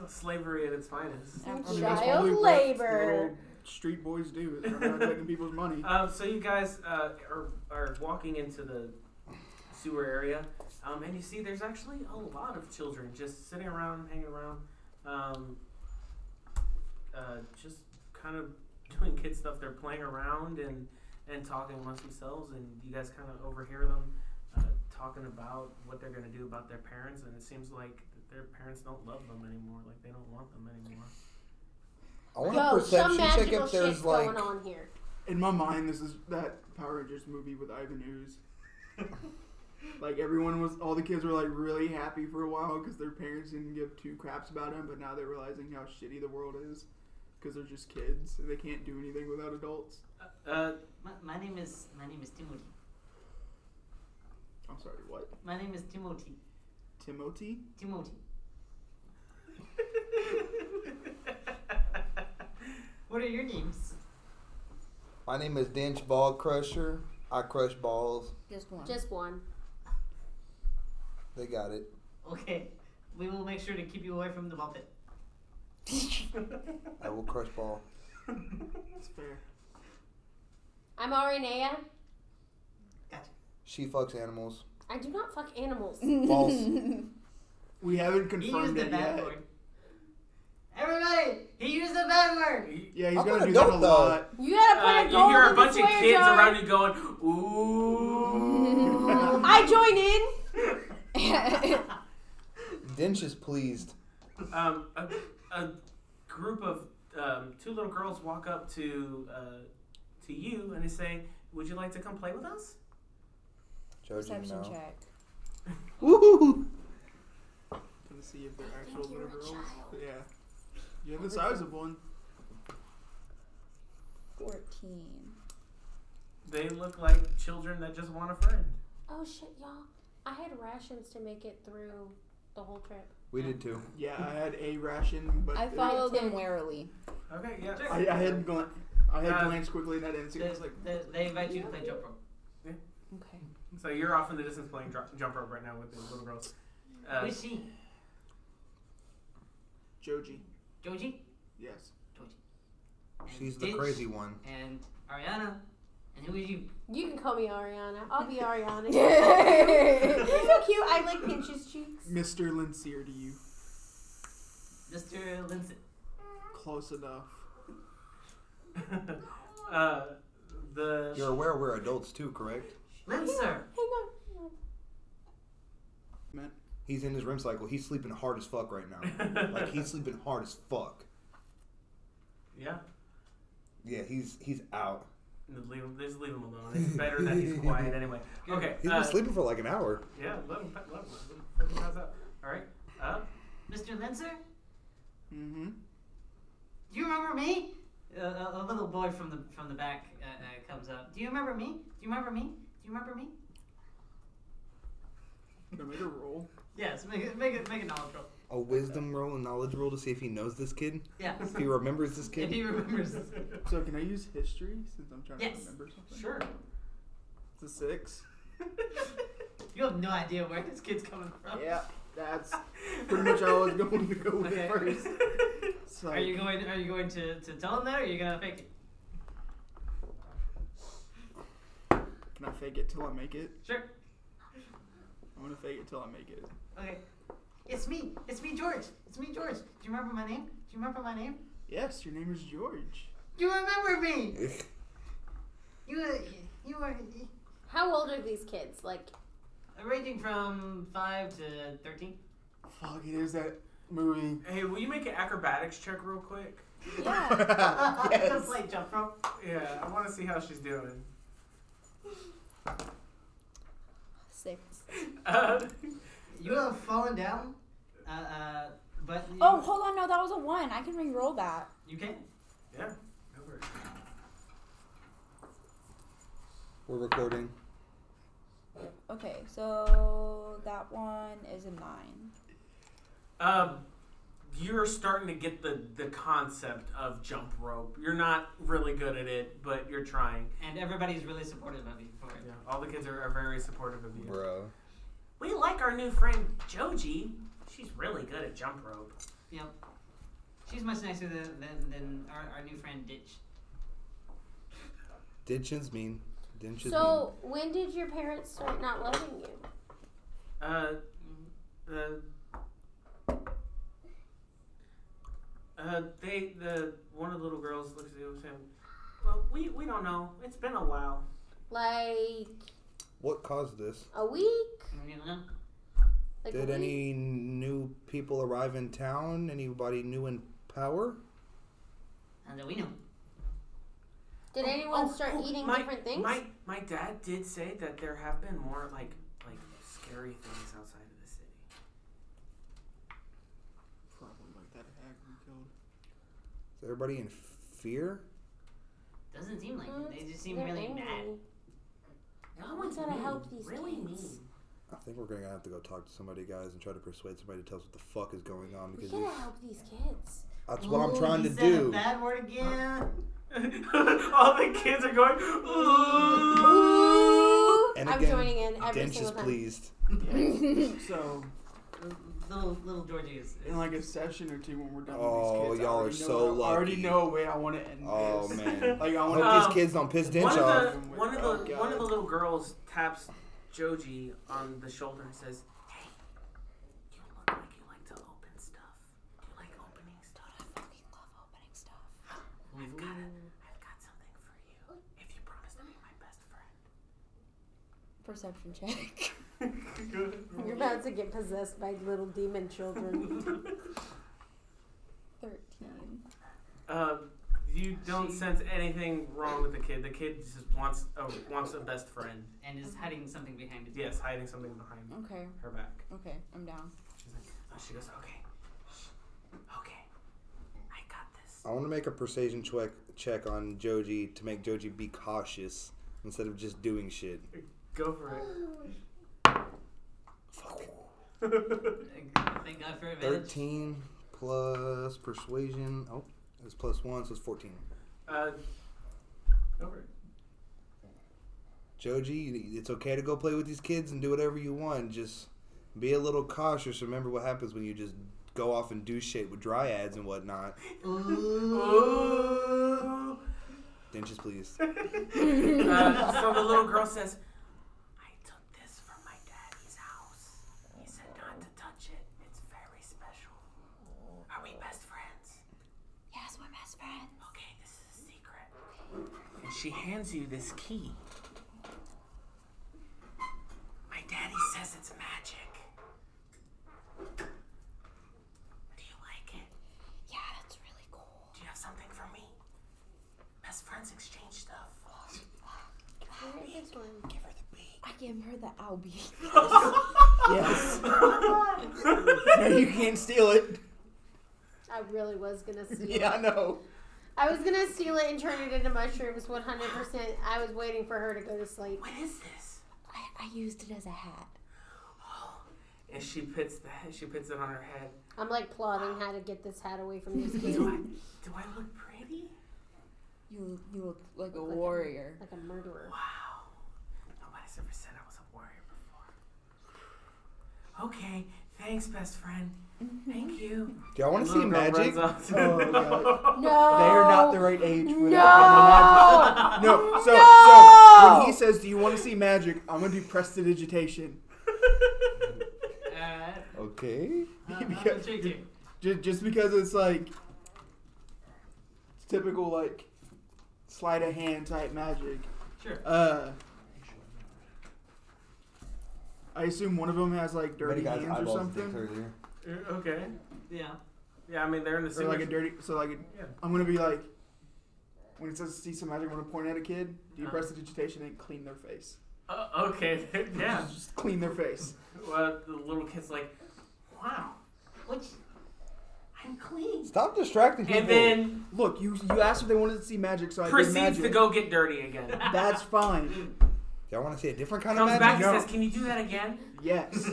S1: Slavery at its finest.
S4: I mean,
S6: after
S4: that's
S3: Child
S4: probably what
S3: labor.
S4: little Street boys do. is They're not taking people's money.
S1: Um, so you guys uh, are, are walking into the sewer area, um, and you see there's actually a lot of children just sitting around, hanging around, um, uh, just kind of doing kid stuff. They're playing around and, and talking amongst themselves, and you guys kind of overhear them uh, talking about what they're going to do about their parents, and it seems like their parents don't love them anymore, like they don't want them anymore.
S2: I want a
S3: Yo, some
S2: perception check
S3: magical
S2: if there's
S3: shit's
S2: like.
S3: going on here.
S4: In my mind, this is that Power Rangers movie with Ivan Ooze. Like everyone was, all the kids were like really happy for a while because their parents didn't give two craps about them, but now they're realizing how shitty the world is because they're just kids and they can't do anything without adults.
S1: Uh,
S5: My, my name is my name is Timothy.
S4: I'm sorry, what?
S5: My name is Timothy.
S4: Timothy?
S5: Timothy. what are your names?
S2: My name is Dench Ball Crusher. I crush balls.
S6: Just one.
S3: Just one.
S2: They got it.
S5: Okay, we will make sure to keep you away from the Muppet.
S2: I will crush ball.
S4: That's fair.
S3: I'm Arinea.
S2: She fucks animals.
S3: I do not fuck animals.
S2: False.
S4: We haven't
S5: He used
S4: confirmed
S5: the
S4: it
S5: bad
S4: yet.
S5: word. Everybody, he used the bad word.
S4: Yeah, he's
S2: I'm
S4: gonna
S2: an
S4: do that a
S2: adult, though.
S4: lot.
S3: You gotta put
S1: uh,
S3: a
S1: you
S3: goal
S1: hear a
S3: in
S1: bunch
S3: the
S1: of
S3: swear
S1: kids
S3: jar.
S1: around you going, ooh.
S3: I join in.
S2: Dench is pleased.
S1: um, a, a group of um, two little girls walk up to uh, to you and they say, "Would you like to come play with us?"
S2: Judging
S6: Perception
S2: now.
S6: check.
S2: Woohoo!
S4: Gonna see if they're actual little girls. Yeah. You're the size of one.
S6: Fourteen.
S1: They look like children that just want a friend.
S3: Oh shit, y'all! I had rations to make it through the whole trip.
S2: We did too.
S4: Yeah, I had a ration, but
S6: I
S4: it-
S6: follow them warily.
S1: Okay, yeah.
S4: I, I had glan- I had
S1: Uh,
S4: glanced quickly and I didn't see.
S5: They,
S4: it. I was like,
S5: they, they invite you to play jump rope.
S6: Okay.
S1: So you're off in the distance playing dr- jump rope right now with the little girls.
S5: Who
S1: Uh,
S5: is she?
S4: Joji.
S5: Joji
S4: Yes.
S5: and
S2: She's the
S5: Ditch
S2: crazy one.
S5: and Ariana. And who is you?
S3: You can call me Ariana. I'll be Ariana. You're so cute. I like Pinch's cheeks.
S4: Mr. Linseer to you.
S5: Mr. Linson.
S4: Close enough.
S1: uh, the
S2: You're aware we're adults too, correct?
S5: Linser.
S3: Hang on. hang on.
S4: Man,
S2: He's in his REM cycle. He's sleeping hard as fuck right now. like he's sleeping hard as fuck.
S1: yeah.
S2: Yeah, he's he's out.
S1: Leave him, just leave him alone. It's better that he's quiet anyway. Okay.
S2: He's
S1: uh,
S2: been sleeping for like an hour.
S1: yeah, let him, let him, let him, let him pass out. All right. Uh,
S5: Mr. Linser?
S4: Mm-hmm.
S5: Do you remember me? Uh, a, a little boy from the from the back uh, uh, comes up. Do you remember me? Do you remember me? Do you remember me?
S4: Can I make a roll?
S5: Yes, make it make it make a knowledge roll.
S2: A wisdom roll, a knowledge roll to see if he knows this kid,
S5: Yeah.
S2: if he remembers this
S5: if
S2: kid.
S5: he remembers.
S4: So can I use history since I'm trying
S5: Yes.
S4: to remember something?
S1: sure.
S4: It's a six.
S5: you have no idea where this kid's coming from.
S4: Yeah, that's pretty much all I was going to go with
S5: Okay.
S4: first. It's
S5: Are you
S4: like,
S5: going? Are you going to, to tell him that, or are you gonna fake it?
S4: can I fake it till I make it?
S5: Sure.
S4: I'm gonna fake it till I make it.
S5: Okay. It's me. It's me, George. It's me, George. Do you remember my name? Do you remember my name?
S4: Yes, your name is George.
S5: Do you remember me? You uh, you are
S3: How old are these kids? Like,
S5: Uh, ranging from five to thirteen.
S4: Fuck, it is that movie.
S1: Hey, will you make an acrobatics check real quick?
S6: Yeah.
S5: Yes. Play jump rope.
S1: Yeah, I want to see how she's doing.
S6: Six.
S1: Uh,
S5: You have fallen down. Uh, uh, but you,
S6: Oh, hold on. No, that was a one. I can re-roll that.
S5: you can.
S1: yeah. no worries.
S2: We're recording.
S6: Okay, so that one is a nine.
S1: Um, you're starting to get the the concept of jump rope. You're not really good at it, but you're trying.
S5: And everybody's really supportive of you for it.
S1: Yeah, all the kids are, are very supportive of you.
S2: Bro.
S1: We like our new friend Joji. She's really good at jump rope.
S5: Yep. She's much nicer than than, than our, our new friend Ditch.
S2: Ditchins mean. Ditchins
S3: so when did your parents start not loving you?
S1: Uh, uh, uh, they the one of the little girls looks at you and says, "Well, we we don't know. It's been a while."
S3: Like
S2: mean. What caused this?
S3: a week?
S5: You know?
S3: Like
S2: Did
S3: a week?
S2: any new people arrive in town? Anybody new in power?
S5: And we know.
S3: Did
S1: Oh,
S3: anyone
S1: oh,
S3: start
S1: oh,
S3: eating
S1: my-
S3: different things?
S1: My my dad did say that there have been more like like scary things outside of the city.
S4: Probably like that hag we killed.
S2: Is everybody in fear?
S5: Doesn't seem like
S3: Mm,
S5: it. They just seem
S3: They're
S5: really
S3: angry.
S5: mad.
S3: Everyone's gotta
S5: mean,
S3: help these
S5: really
S3: kids.
S5: mean.
S2: I think we're gonna have to go talk to somebody, guys, and try to persuade somebody to tell us what the fuck is going on
S3: We
S2: because
S3: gotta
S2: these-
S3: help these kids.
S2: that's what I'm
S5: Ooh,
S2: trying
S5: he
S2: to
S5: said A
S2: do.
S5: bad word again.
S1: All the kids are going, ooh.
S3: Ooh!
S2: And
S3: I'm
S2: again,
S3: joining in every
S2: Dench is
S3: single time.
S2: pleased.
S4: So
S5: Little little Georgie is.
S4: in like a session or two when we're done with
S2: Oh,
S4: these kids, I
S2: y'all are
S4: already know-
S2: so
S4: I already
S2: lucky.
S4: know a way I want to end
S2: Oh
S4: this.
S2: man.
S4: Like I
S2: I
S4: want
S2: hope
S4: to.
S1: Uh,
S2: these kids don't piss
S1: One
S2: Dench
S1: of
S2: off.
S1: the one of the
S4: Oh,
S1: one of
S4: God.
S1: the little girls taps Joji on the shoulder and says, "Hey, you look like you like to open stuff. Do you like opening stuff?
S6: fucking love opening stuff.
S1: I've got a, I've got something for you if you promise to be my best
S6: Perception check.
S1: friend."
S3: You're about to get possessed by little demon children.
S6: Thirteen.
S1: Uh, you don't
S5: She-
S1: sense anything wrong with the kid. The kid just wants a, wants a best friend.
S5: and is hiding something behind his
S1: Yes, hiding something behind
S6: Okay.
S1: her back.
S6: Okay. I'm down.
S1: She's like, oh, she goes, okay, Shh. okay, I got this.
S2: I want to make a persuasion check check on Joji to make Joji be cautious instead of just doing shit.
S1: Go for it.
S5: Thank God for advantage.
S2: Thirteen plus persuasion. Oh, it's plus one, so it's fourteen.
S1: Uh, go for it.
S2: Joji, it's okay to go play with these kids and do whatever you want. Just be a little cautious. Remember what happens when you just go off and do shit with dryads and whatnot.
S1: Ooh.
S2: Dench is pleased.
S1: Uh, so the little girl says, I took this from my daddy's house. He said not to touch it. It's very special. Are we best friends?
S6: Yes, we're best friends.
S1: Okay, this is a secret. And she hands you this key. My daddy says it's magic. Do you like it?
S6: Yeah, that's really cool.
S1: Do you have something for me? Best friends exchange stuff. Give her the beat.
S6: I gave her the albie.
S2: yes. no, you can't steal it.
S3: I really was gonna steal it.
S2: I know.
S3: I was gonna steal it and turn it into mushrooms 100%. I was waiting for her to go to sleep.
S1: What is this?
S6: I, I used it as a hat.
S1: And she puts the she puts it on her head.
S3: I'm like plotting how to get this hat away from this kid.
S1: Do I
S3: like
S1: do I look pretty?
S6: You you look like a
S3: Look like a-
S6: warrior.
S3: a murderer.
S1: Wow. Nobody's ever said I was a warrior before. Okay, thanks, best friend. Thank you.
S2: Do y'all want to see
S1: Little girl
S2: magic?
S1: runs off to-
S4: Oh, God.
S3: No!
S4: They're not the right age for that. kind of magic. Oh,
S3: No!
S4: No. So,
S3: No!
S1: Oh.
S4: so when he says, "Do you want to see magic?" I'm gonna do prestidigitation.
S5: Uh, Alright.
S2: Okay.
S5: Uh,
S4: Because-
S5: tricky.
S4: Just, just because it's like typical like sleight of hand type magic.
S5: Sure.
S4: Uh, I assume one of them has like dirty hands or something,
S2: earlier.
S1: okay.
S5: Yeah.
S1: Yeah, I mean they're in the
S4: or
S1: same.
S4: like a dirty. So like, a,
S1: Yeah.
S4: I'm gonna be like, when it says see some magic, I'm gonna point at a kid. Do you
S1: Uh-huh.
S4: press the digitation and clean their face?
S1: Uh, okay. yeah.
S4: Just clean their face.
S1: Well, the little kid's like, wow,
S5: Which
S1: I'm clean.
S2: Stop distracting people.
S1: And then
S4: Look, you you asked if they wanted to see magic, so I did
S1: proceeds
S4: magic.
S1: to go get dirty again.
S4: That's fine.
S2: y'all want to see a different kind
S1: Comes
S2: of
S1: back
S2: magic?
S1: and
S4: No.
S1: says, "Can you do that again?"
S4: Yes.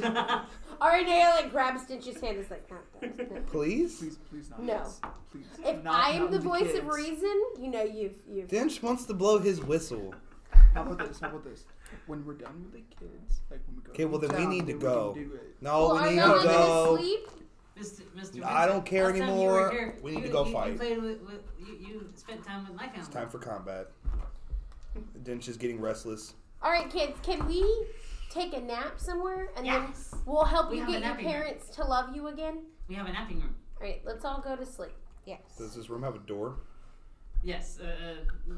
S3: Alright, now like grabs Stinch's hand. It's like, not that. no.
S2: Please.
S4: Please, please not.
S3: No.
S4: yes. Please.
S3: If
S4: Not-
S3: I
S4: not
S3: am the
S4: with
S3: voice of
S4: kids.
S3: reason, you know you've you've.
S2: Dench wants to blow his whistle.
S4: How about this? How about this? When we're done with the kids, like when we go.
S2: 'Kay, well, then we
S4: down,
S2: need to
S4: then
S2: go.
S4: We can do it.
S2: No,
S3: well,
S2: Oh, we
S3: are
S2: need
S3: y'all
S2: to
S3: not
S2: go.
S3: gonna sleep?
S5: Mr. Mr.
S2: I don't
S5: Vincent,
S2: care
S5: last time you
S2: anymore.
S5: were here,
S2: We need
S5: you-
S2: to go
S5: you-
S2: fight.
S5: You, played with, with, you, you spent time with my family.
S2: It's time for combat. Dench is getting restless.
S3: All right, kids, can we take a nap somewhere and
S5: Yes.
S3: then we'll help
S5: We
S3: you
S5: have a
S3: get your
S5: napping room.
S3: parents to love you again?
S5: We have a napping room.
S3: All right, let's all go to sleep.
S6: Yes.
S2: Does this room have a door?
S5: Yes. Uh, uh,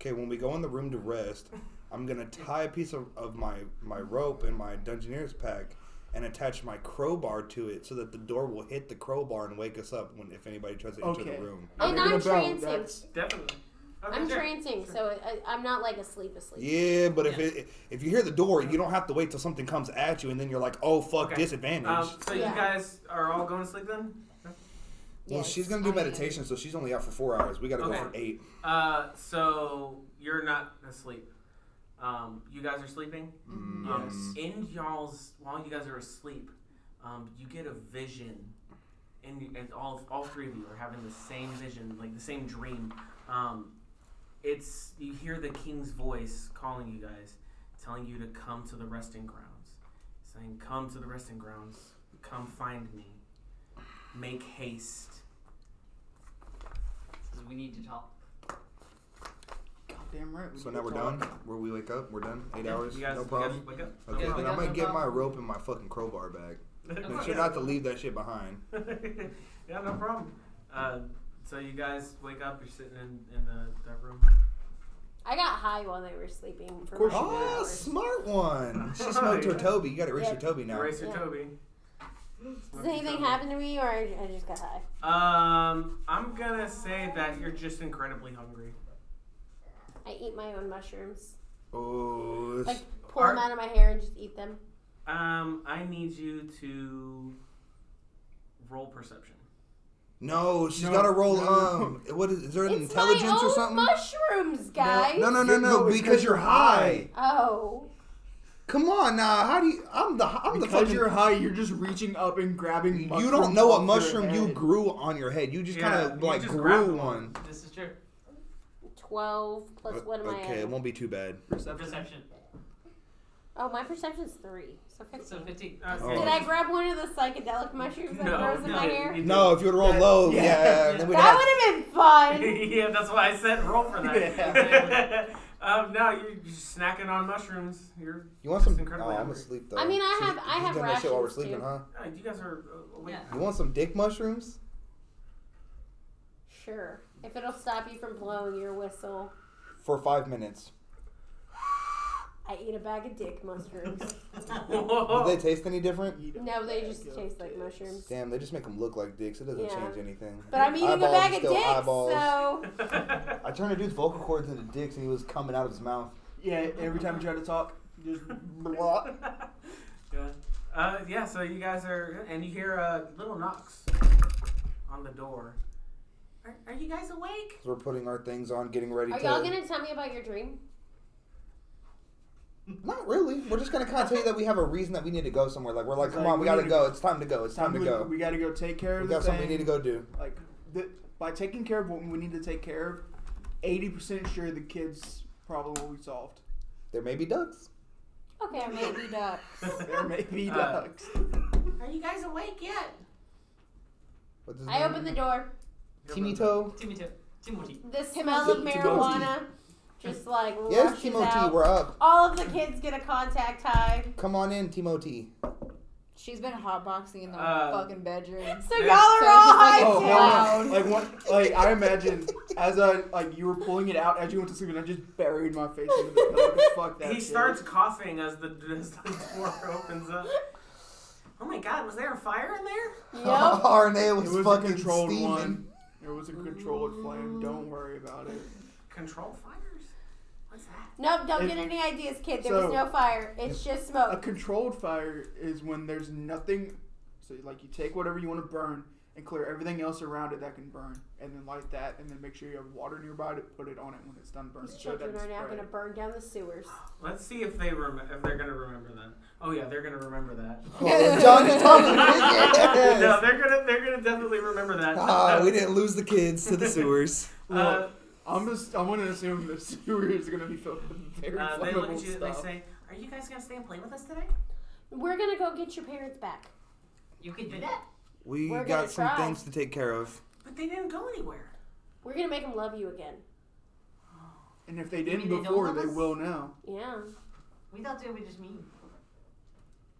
S2: Okay, when we go in the room to rest, I'm gonna tie a piece of, of my, my rope in my Dungeoneer's pack and attach my crowbar to it so that the door will hit the crowbar and wake us up when if anybody tries to enter
S4: Okay.
S2: the room.
S3: And
S4: Making a bell,
S3: I'm transient.
S4: that's-
S1: Definitely. Okay,
S3: I'm
S1: sure.
S3: trancing, so I, I'm not like asleep asleep.
S2: Yeah, but if
S5: Yeah.
S2: it if you hear the door, you don't have to wait till something comes at you, and then you're like, oh fuck,
S1: Okay.
S2: disadvantage.
S1: Um, so
S3: Yeah.
S1: you guys are all going to sleep then?
S2: well,
S6: Yes,
S2: she's gonna do
S6: I am.
S2: meditation, so she's only out for four hours. We gotta
S1: Okay.
S2: go for eight.
S1: Uh, so you're not asleep. Um, you guys are sleeping.
S2: Mm,
S1: Um,
S4: Yes.
S1: in y'all's while you guys are asleep, um, you get a vision, and, and all all three of you are having the same vision, like the same dream. Um, it's you hear the king's voice calling you guys, telling you to come to the resting grounds, saying, "Come to the resting grounds. Come find me. Make haste."
S5: Says we need to talk.
S4: Goddamn right. we
S2: So
S4: need
S2: now
S4: to
S2: we're
S4: talk.
S2: done. Where we wake up, we're done. Eight hours,
S1: You guys,
S2: no
S1: you guys
S2: problem.
S1: wake up.
S5: guys-
S2: Okay,
S5: you
S2: then
S5: guys
S2: I'm gonna
S5: no
S2: get my
S5: problem?
S2: rope and my fucking crowbar back. Make
S5: Okay.
S2: sure not to leave that shit behind.
S1: yeah, no problem. Uh, so you guys wake up. You're sitting in, in the that room.
S3: I got high while they were sleeping. For
S4: course
S3: like
S4: you
S3: four
S2: Oh,
S3: hours.
S2: smart one. She smoked her
S1: Yeah.
S2: Toby. You gotta erase your
S3: Yeah.
S2: Toby now.
S1: Eraser
S3: Yeah.
S1: Toby.
S3: Does anything happen to me, or I I just got high?
S1: Um, I'm gonna say that you're just incredibly hungry.
S3: I eat my own mushrooms.
S2: Oh,
S3: Like
S2: it's-
S3: pull them
S1: Are-
S3: out of my hair and just eat them.
S1: Um, I need you to roll perception.
S2: no, she's
S4: No,
S2: gotta roll.
S4: no.
S2: Um, what is, is there an
S3: It's my
S2: intelligence
S3: own
S2: or something?
S3: mushrooms, guys.
S2: No, no, no,
S4: You're-
S2: no,
S4: no, it's
S2: because
S4: 'cause
S2: you're
S4: you're
S2: high.
S3: Oh,
S2: Come on now, how do you? I'm the I'm the
S4: Because
S2: fucking.
S4: you're high, you're just reaching up and grabbing.
S2: you don't know what
S4: mushrooms off your
S2: mushroom you
S4: head.
S2: grew on your head. You just
S1: Yeah,
S2: kind of
S1: you
S2: like
S1: just
S2: grew
S1: grabbed
S2: one.
S1: one.
S5: This is true.
S3: twelve plus what am
S2: okay,
S3: I?
S2: it
S3: At?
S2: won't be too bad.
S4: Perception.
S5: Perception.
S3: Oh, my perception's three, so fifteen.
S5: So 15.
S1: Okay.
S3: Did I grab one of the psychedelic mushrooms that
S1: No,
S3: grows in
S1: no,
S3: my hair?
S1: you
S2: No, if you would roll
S4: That-
S2: low, yeah,
S4: yeah.
S2: then we'd have.
S3: that would have been fun.
S1: didn't. yeah, that's why I said roll for that.
S5: Yeah.
S1: um, no, you're, you're snacking on mushrooms. You're
S2: You want some?
S1: It's
S2: Oh,
S1: incredibly
S2: I'm
S1: hungry.
S2: asleep though.
S3: I mean, I
S2: She's-
S3: have- I
S2: she's
S3: have
S2: doing that shit while we're
S3: rations,
S2: sleeping,
S3: too.
S2: huh?
S1: uh, you guys are uh, awake.
S5: Yeah.
S2: You want some dick mushrooms?
S3: Sure, if it'll stop you from blowing your whistle,
S2: For five minutes.
S3: I eat a bag of dick mushrooms.
S2: Do
S3: Oh.
S2: they
S1: Whoa.
S2: taste any different?
S4: Eat a
S3: no, they
S4: bag
S3: just
S4: of
S3: taste like
S4: dicks.
S3: mushrooms.
S2: Damn, they just make them look like dicks. It doesn't
S3: Yeah.
S2: change anything.
S3: But I'm eating
S2: Eyeballs
S3: a bag
S2: are
S3: of
S2: still
S3: dicks,
S2: eyeballs.
S3: so
S2: I turned a dude's vocal cords into dicks, and he was coming out of his mouth.
S4: Yeah, every time you try to talk, just blah.
S1: yeah. Uh, yeah, so you guys are, and you hear uh, little knocks on the door. Are, are you guys awake?
S2: 'Cause we're putting our things on, getting ready
S3: are
S2: to.
S3: y'all gonna tell me about your dream?
S2: Not really. We're just gonna kind of tell you that we have a reason that we need to go somewhere. Like we're like,
S4: It's
S2: come
S4: like,
S2: on, we
S4: we
S2: gotta
S4: need to-
S2: go. It's time to go. It's time to
S4: we,
S2: go.
S4: We got to go take care of
S2: We
S4: the
S2: got
S4: thing.
S2: something we need to go do.
S4: Like the, by taking care of what we need to take care of, eighty percent sure the kids' problem will be solved.
S2: There may be ducks.
S3: Okay,
S6: There
S3: I'm
S6: may
S3: ready.
S6: be ducks.
S4: There may be
S1: Uh,
S4: ducks.
S1: Are you guys awake yet?
S2: What's his
S3: I
S2: name?
S3: opened the door.
S2: Timito.
S5: Timothy. Timothy.
S3: The smell of
S4: Timothy.
S3: marijuana just like
S2: Yes,
S3: rushes
S2: Timothy,
S3: out.
S2: we're up.
S3: All of the kids get a contact high.
S2: Come on in, Timothy.
S6: She's been hotboxing in the
S1: Uh,
S6: fucking bedroom.
S3: So
S1: Yeah.
S3: y'all are
S6: So
S3: all
S6: it's just
S3: high
S6: like-
S4: Oh,
S3: too.
S6: hell no.
S4: hell no. like one, like I imagine as I like you were pulling it out as you went to sleep, and I just buried my face into the pillow. 'cause Fuck that.
S1: he
S4: shit.
S1: starts coughing as the, as the door opens up. Oh my god, was there a fire in there?
S3: Yup.
S2: RNA
S4: It
S2: was,
S4: was a
S2: fucking
S4: controlled
S2: steaming.
S4: one. It was a controlled flame. Don't worry about it.
S1: Control fires? What's that?
S3: Nope, don't
S4: It-
S3: get any ideas, kid. There
S4: So-
S3: was no fire. It's just
S4: A
S3: smoke.
S4: controlled fire is when there's nothing. So like you take whatever you want to burn and clear everything else around it that can burn, and then light that, and then make sure you have water nearby to put it on it when it's done burning.
S3: These
S4: so it
S3: children are
S4: doesn't
S3: now
S4: spread.
S3: going to burn down the sewers.
S1: Let's see if they rem- if they're gonna remember that. Oh yeah, they're gonna remember that.
S2: Oh, John is talking.
S1: no,
S2: Yes.
S1: they're gonna they're gonna definitely remember that.
S2: Ah, we didn't lose the kids to the sewers.
S1: Uh,
S4: I'm just. I'm gonna assume the sewer is gonna be filled with very
S1: uh, they look
S4: flammable
S1: at you and they
S4: stuff.
S1: say, "Are you guys gonna stay and play with us today?"
S3: We're going to go get your parents back.
S5: You can do that.
S2: We
S3: We're
S2: got
S3: gonna
S2: some
S3: try.
S2: things to take care of.
S1: But they didn't go anywhere.
S3: We're going to make them love you again.
S4: and if they
S5: mean
S4: didn't
S5: they don't
S4: before,
S5: love
S4: they
S5: us?
S4: will now.
S3: Yeah.
S5: We thought they were just mean.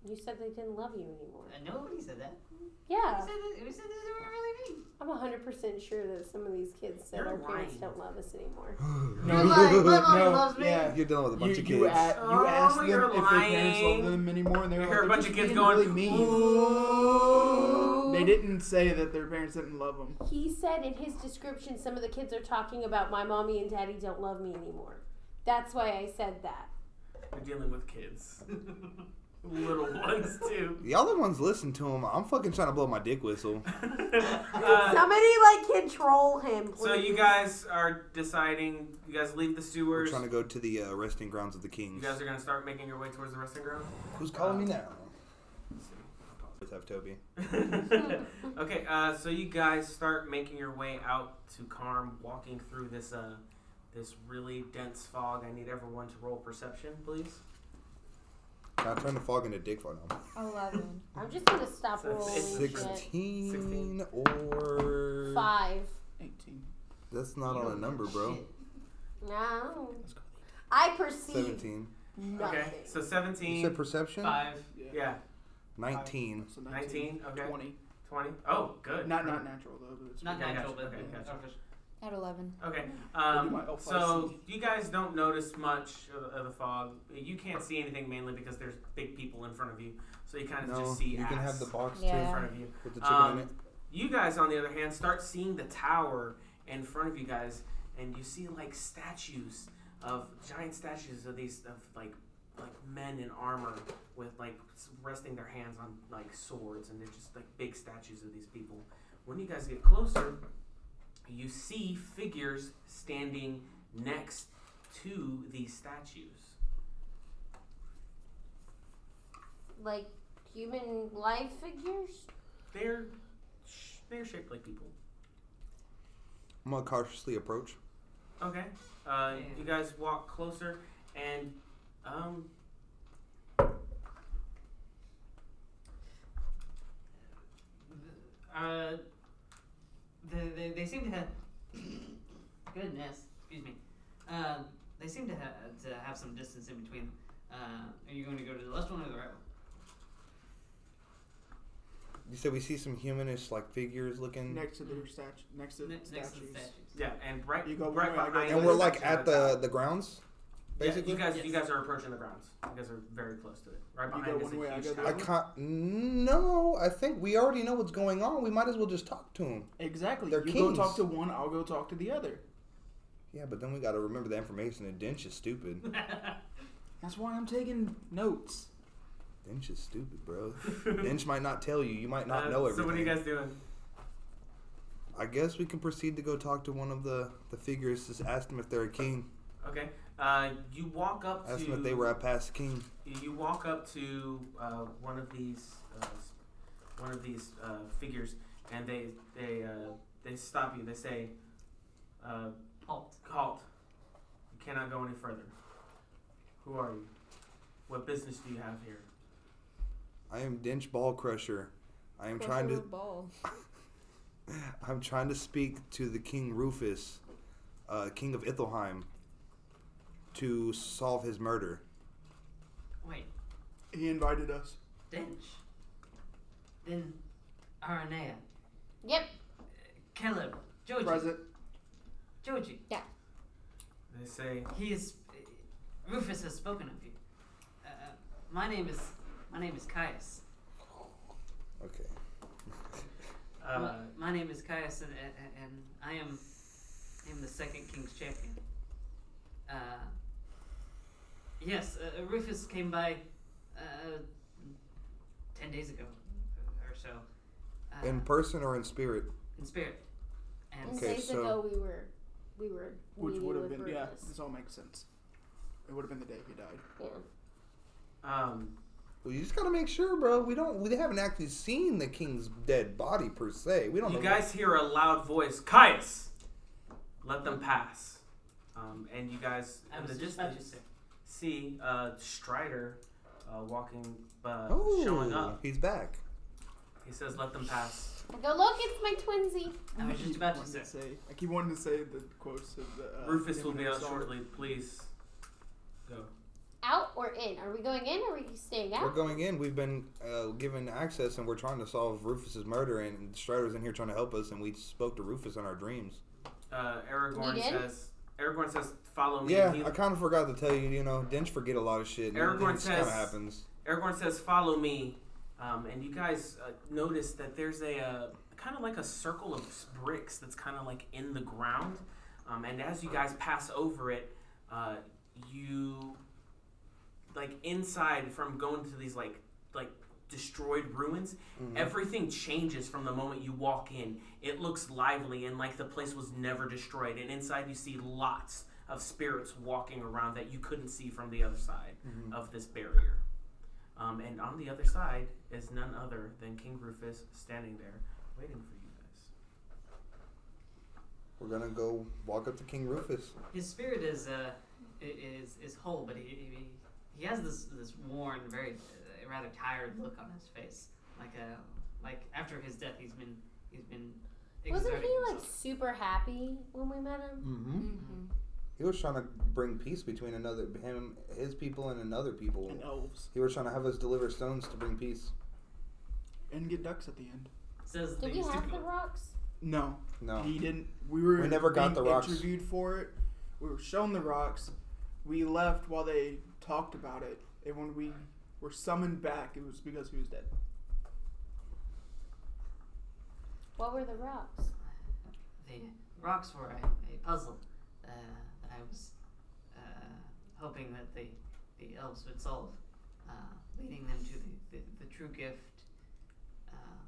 S3: You said they didn't love you anymore.
S5: Uh, nobody said that. Who
S3: Yeah.
S5: said that? Who said that they were really mean?
S3: I'm 100% sure that some of these kids said
S1: You're
S3: our parents
S1: lying.
S3: don't love us anymore.
S5: You're like, my mom
S4: No,
S5: loves me.
S4: yeah.
S2: You're dealing with a
S4: You,
S2: bunch of
S4: you,
S2: kids.
S4: a- you
S1: Oh,
S4: asked them if
S1: you're
S4: their parents
S1: lying.
S4: loved them anymore, and they
S1: You
S4: were
S1: hear
S4: like,
S1: a
S4: "They're
S1: bunch of
S4: just
S1: kids
S4: being
S1: going,
S4: really mean.
S1: "Ooh."
S4: They didn't say that their parents didn't love them.
S3: He said in his description, some of the kids are talking about my mommy and daddy don't love me anymore. That's why I said that.
S1: We're dealing with kids, little ones too.
S2: The other ones listen to him. I'm fucking trying to blow my dick whistle.
S1: Uh,
S3: Somebody like control him, please.
S1: so you guys are deciding. You guys leave the
S2: We're
S1: sewers.
S2: trying to go to the uh, resting grounds of the
S1: You
S2: kings.
S1: guys are gonna start making your way towards the resting ground.
S2: Who's calling me now?
S1: Let's see.
S2: Let's have Toby.
S1: okay, uh, so you guys start making your way out to Carm, walking through this uh, this really dense fog. I need everyone to roll perception, please.
S2: Can I turn the fog into dick for now?
S6: Eleven.
S3: I'm just gonna stop
S1: So it's-
S3: rolling
S1: it's
S3: shit.
S2: 16,
S1: Sixteen.
S2: or
S3: Five.
S4: 18.
S2: That's not
S5: You
S2: on a
S5: don't
S2: number,
S5: know
S2: bro.
S5: shit.
S3: No. I perceive
S2: Seventeen.
S3: nothing.
S1: Okay, so
S2: You
S1: 17.
S2: said perception.
S5: Five.
S1: yeah,
S2: Nineteen.
S4: So
S1: 19. Okay,
S4: 20.
S1: 20. Oh, good.
S4: Not not natural though. But it's
S5: Not
S1: Okay,
S5: natural,
S1: gotcha,
S5: but
S1: okay, gotcha.
S5: artificial.
S6: At eleven.
S1: Okay.
S4: do
S1: Um,
S4: my elf
S1: so
S4: eyes.
S1: you guys don't notice much of, of the fog. You can't see anything mainly because there's big people in front of you, so you kind of
S2: No,
S1: just see
S2: you
S1: ass
S2: can have the box too
S1: in
S6: Yeah.
S1: front of you.
S2: with the chicken
S1: Um,
S2: in it.
S1: You guys, on the other hand, start seeing the tower in front of you guys, and you see like statues of giant statues of these of like like men in armor with like s- resting their hands on like swords, and they're just like big statues of these people. When you guys get closer, you see figures standing next to these statues.
S3: Like human life figures?
S1: They're sh- they're shaped like people.
S2: I'm gonna cautiously approach.
S1: Okay. Uh,
S5: Yeah.
S1: You guys walk closer, and um,
S5: Uh, they, they, they seem to have. Goodness, excuse me. Uh, they seem to have to have some distance in between. them. Uh, are you going to go to the left one or the right one?
S2: You said we see some humanish like figures looking,
S4: Next to their statue. Next to
S5: Ne- next to the
S4: statues.
S5: statues.
S1: yeah, and right,
S4: You go
S1: right
S4: one way, I go
S1: behind.
S4: the
S2: and
S4: other.
S2: we're
S1: the
S2: like
S1: section
S2: at
S1: of tower.
S2: the the grounds.
S1: Yeah,
S2: Basically,
S1: you guys, you
S5: Yes.
S1: guys are approaching the grounds. You guys are very close to it. Right
S4: You
S1: behind is
S4: go one
S1: a
S4: way, I
S1: huge
S4: go the
S1: tower.
S2: I
S4: other.
S2: can't. No, I think we already know what's going on. We might as well just talk to him.
S4: Exactly.
S2: They're
S4: you
S2: kings.
S4: go talk to one, I'll go talk to the other.
S2: Yeah, but then we gotta remember the information. And Dench is stupid.
S4: That's why I'm taking notes.
S2: Dench is stupid, bro. Dench might not tell you. You might not
S1: Uh,
S2: know everything.
S1: So what are you guys doing?
S2: I guess we can proceed to go talk to one of the the figures. Just ask them if they're a king.
S1: Okay. Uh, you walk up
S2: Ask
S1: to.
S2: them if they were a past king.
S1: you you walk up to uh, one of these uh, s- one of these uh, figures, and they they uh, they stop you. They say, uh,
S5: Halt.
S1: "Halt! You cannot go any further. Who are you? What business do you have here?"
S2: I am Dench Ball Crusher. I am
S6: Closer
S2: trying to
S6: ball.
S2: I'm trying to speak to the King Rufus, uh, King of Ithelheim, to solve his murder.
S5: Wait,
S4: He invited us.
S5: Dench. Then Aranea.
S3: Yep.
S5: Caleb. Joji.
S4: Present.
S5: Joji.
S1: They say,
S5: He is. Rufus has spoken of you. Uh, my name is. My name is Caius.
S2: Okay.
S1: uh,
S5: My- my name is Caius, and, and, and I am, I am the second King's champion. Uh, yes, uh, Rufus came by uh, ten days ago or so. Uh,
S2: In person or in spirit?
S5: in spirit. And
S3: And
S2: Okay,
S3: days
S2: so-
S3: ago we were we were
S4: Which
S3: meeting
S4: would have
S3: with
S4: been, yeah,
S3: Rufus.
S4: this all makes sense. It would have been the day he died.
S3: Yeah.
S1: um,
S2: Well, you just gotta make sure, bro. We don't. We haven't actually seen the king's dead body per se. We don't.
S1: you
S2: know
S1: guys hear a loud voice, Caius! Let them pass. Um, and you guys,
S5: I
S1: in
S5: was
S1: the
S5: just about to
S1: distance,
S5: say.
S1: see uh, Strider uh, walking, uh,
S2: Oh,
S1: showing up.
S2: he's back.
S1: He says, "Let them pass."
S3: I go look, it's my twinsy.
S5: I was just
S4: keep
S5: about to
S4: wanting
S5: say.
S4: I keep wanting to say the quotes of the. Uh,
S1: Rufus
S4: him
S1: will
S4: and
S1: be
S4: that
S1: out
S4: song.
S1: shortly. Please go.
S3: Out or in? Are we going in or are we staying
S2: We're
S3: out?
S2: going in. We've been uh, given access, and we're trying to solve Rufus's murder. And Strider's in here trying to help us. And we spoke to Rufus in our dreams.
S1: Uh, Aragorn
S3: You did?
S1: says. Aragorn says, "Follow me."
S2: Yeah,
S1: He-
S2: I kind of forgot to tell you. You know, Dench forget a lot of shit. and
S1: Aragorn
S2: Dench kind of
S1: says-
S2: happens.
S1: Aragorn says, "Follow me," Um, and you guys uh, notice that there's a uh, kind of like a circle of s- bricks that's kind of like in the ground. Um, and as you guys pass over it, uh, you like inside from going to these like like destroyed ruins everything changes from the moment you walk in it looks lively and like the place was never destroyed and inside you see lots of spirits walking around that you couldn't see from the other side of this barrier um, and on the other side is none other than king rufus standing there waiting for you guys
S2: We're gonna go walk up to King Rufus.
S5: His spirit is uh, i- is is whole, but he he, he has this this worn, very uh, rather tired look on his face, like a like after his death, he's been he's been.
S3: Wasn't
S5: exerting
S3: he like
S5: himself.
S3: super happy when we met him?
S2: Mm-hmm.
S6: Mhm.
S2: He was trying to bring peace between another him, his people, and another people.
S4: And elves.
S2: He was trying to have us deliver stones to bring peace.
S4: And get ducks at the end.
S5: says
S3: Did
S5: things
S3: we
S5: to
S3: have
S5: go-
S3: the rocks?
S4: No.
S2: No,
S4: He didn't. We were.
S2: We never got
S4: being
S2: the rocks.
S4: Interviewed for it. We were shown the rocks. We left while they talked about it, and when we were summoned back, it was because he was dead.
S3: What were the rocks?
S5: The rocks were a, a puzzle uh, that I was uh, hoping that the, the elves would solve, uh, leading them to the, the, the true gift. Uh,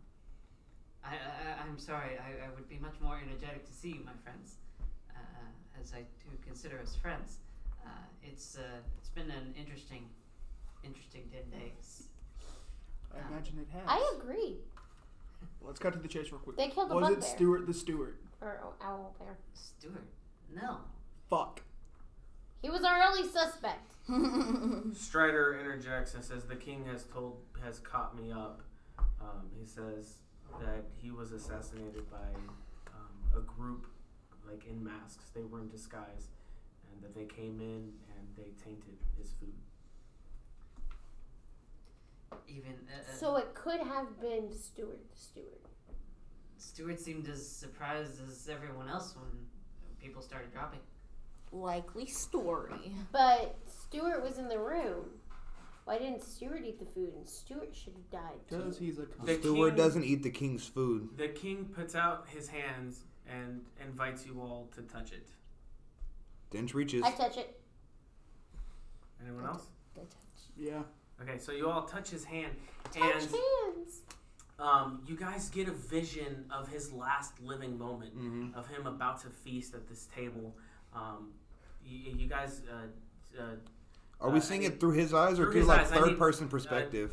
S5: I, I, I'm sorry, I, I would be much more energetic to see you, my friends, uh, as I do consider us friends. Uh, it's, uh, it's been an interesting, interesting 10 days.
S4: I
S5: Ah.
S4: imagine it has.
S3: I agree.
S4: Let's cut to the chase real quick.
S3: They killed a
S4: was it
S3: bugbear.
S4: Stuart the Stewart?
S3: Or oh, owl bear.
S5: Stuart, no.
S4: Fuck.
S3: He was our only suspect.
S1: Strider interjects and says, "The king has told has caught me up." Um, he says that he was assassinated by um, a group, like in masks. They were in disguise, and that they came in and they tainted his food.
S5: Even uh, uh,
S3: So it could have been Stuart the Steward.
S5: Stewart seemed as surprised as everyone else when people started dropping.
S6: Likely story.
S3: But Stuart was in the room. Why didn't Stuart eat the food? And Stuart should have died too.
S4: Because he's a.
S2: the
S1: The
S2: steward
S1: king-
S2: doesn't eat the king's food.
S1: The king puts out his hands and invites you all to touch it.
S2: Dench reaches.
S3: I touch it.
S1: Anyone else?
S4: Yeah.
S1: Okay, so you all touch his hand,
S3: Touch
S1: and
S3: hands.
S1: um, you guys get a vision of his last living moment.
S2: Mm-hmm.
S1: of him about to feast at this table. Um, you, you guys, uh, uh,
S2: Are we
S1: Uh,
S2: seeing
S1: I
S2: it through his eyes
S1: through
S2: or through
S1: his
S2: like
S1: eyes, I uh,
S2: third
S1: need-
S2: person perspective?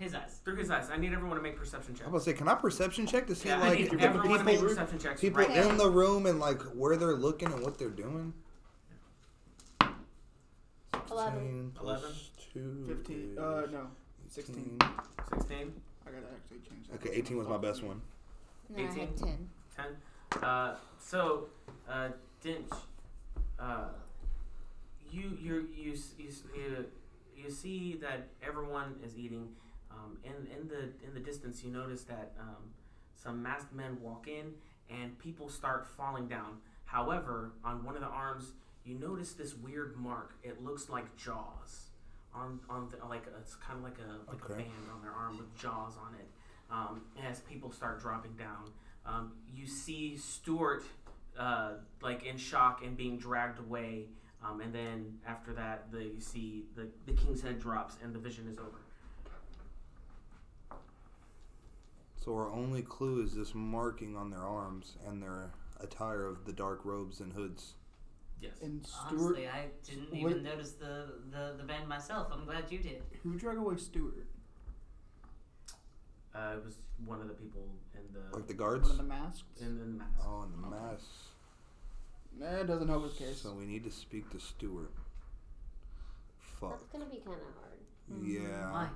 S5: His eyes.
S1: through his eyes, I need everyone to make perception
S2: I
S1: checks.
S2: was about to say, can I perception check to see
S1: Yeah, I
S2: like
S1: need
S2: the
S1: everyone to make
S2: people,
S1: perception checks
S2: people
S1: right now.
S2: in the room and like where they're looking and what they're doing?
S3: Eleven.
S2: 16 plus two
S4: 15.
S2: is
S4: Uh, no.
S1: 16,
S4: 16. I gotta actually change that.
S2: Okay, 18 was my best one.
S6: No, I had
S1: 18.
S6: 10.
S1: 10. Uh, so, uh, Dinch, uh, you, you, you, s- you, s- you, you see that everyone is eating. Um, in, in the in the distance, you notice that um, some masked men walk in and people start falling down. However, on one of the arms, you notice this weird mark. It looks like jaws on on the, like a, it's kind of like a like a
S2: Okay.
S1: band on their arm with jaws on it. Um, as people start dropping down, um, you see Stuart uh, like in shock and being dragged away. Um, and then after that, the, you see the, the king's head drops and the vision is over.
S2: So our only clue is this marking on their arms and their attire of the dark robes and hoods.
S1: Yes.
S4: And Stuart.
S5: Honestly, I didn't
S4: What-
S5: even notice the, the, the band myself. I'm glad you did.
S4: Who drug away Stuart?
S1: Uh, it was one of the people in the
S2: Like the
S4: One
S2: guards?
S4: of the masks?
S1: in the mask.
S2: Oh, and the mass.
S4: That doesn't help his case.
S2: So we need to speak to Stuart.
S3: That's
S2: Fuck.
S3: gonna be kind of hard.
S2: Yeah.
S5: Why?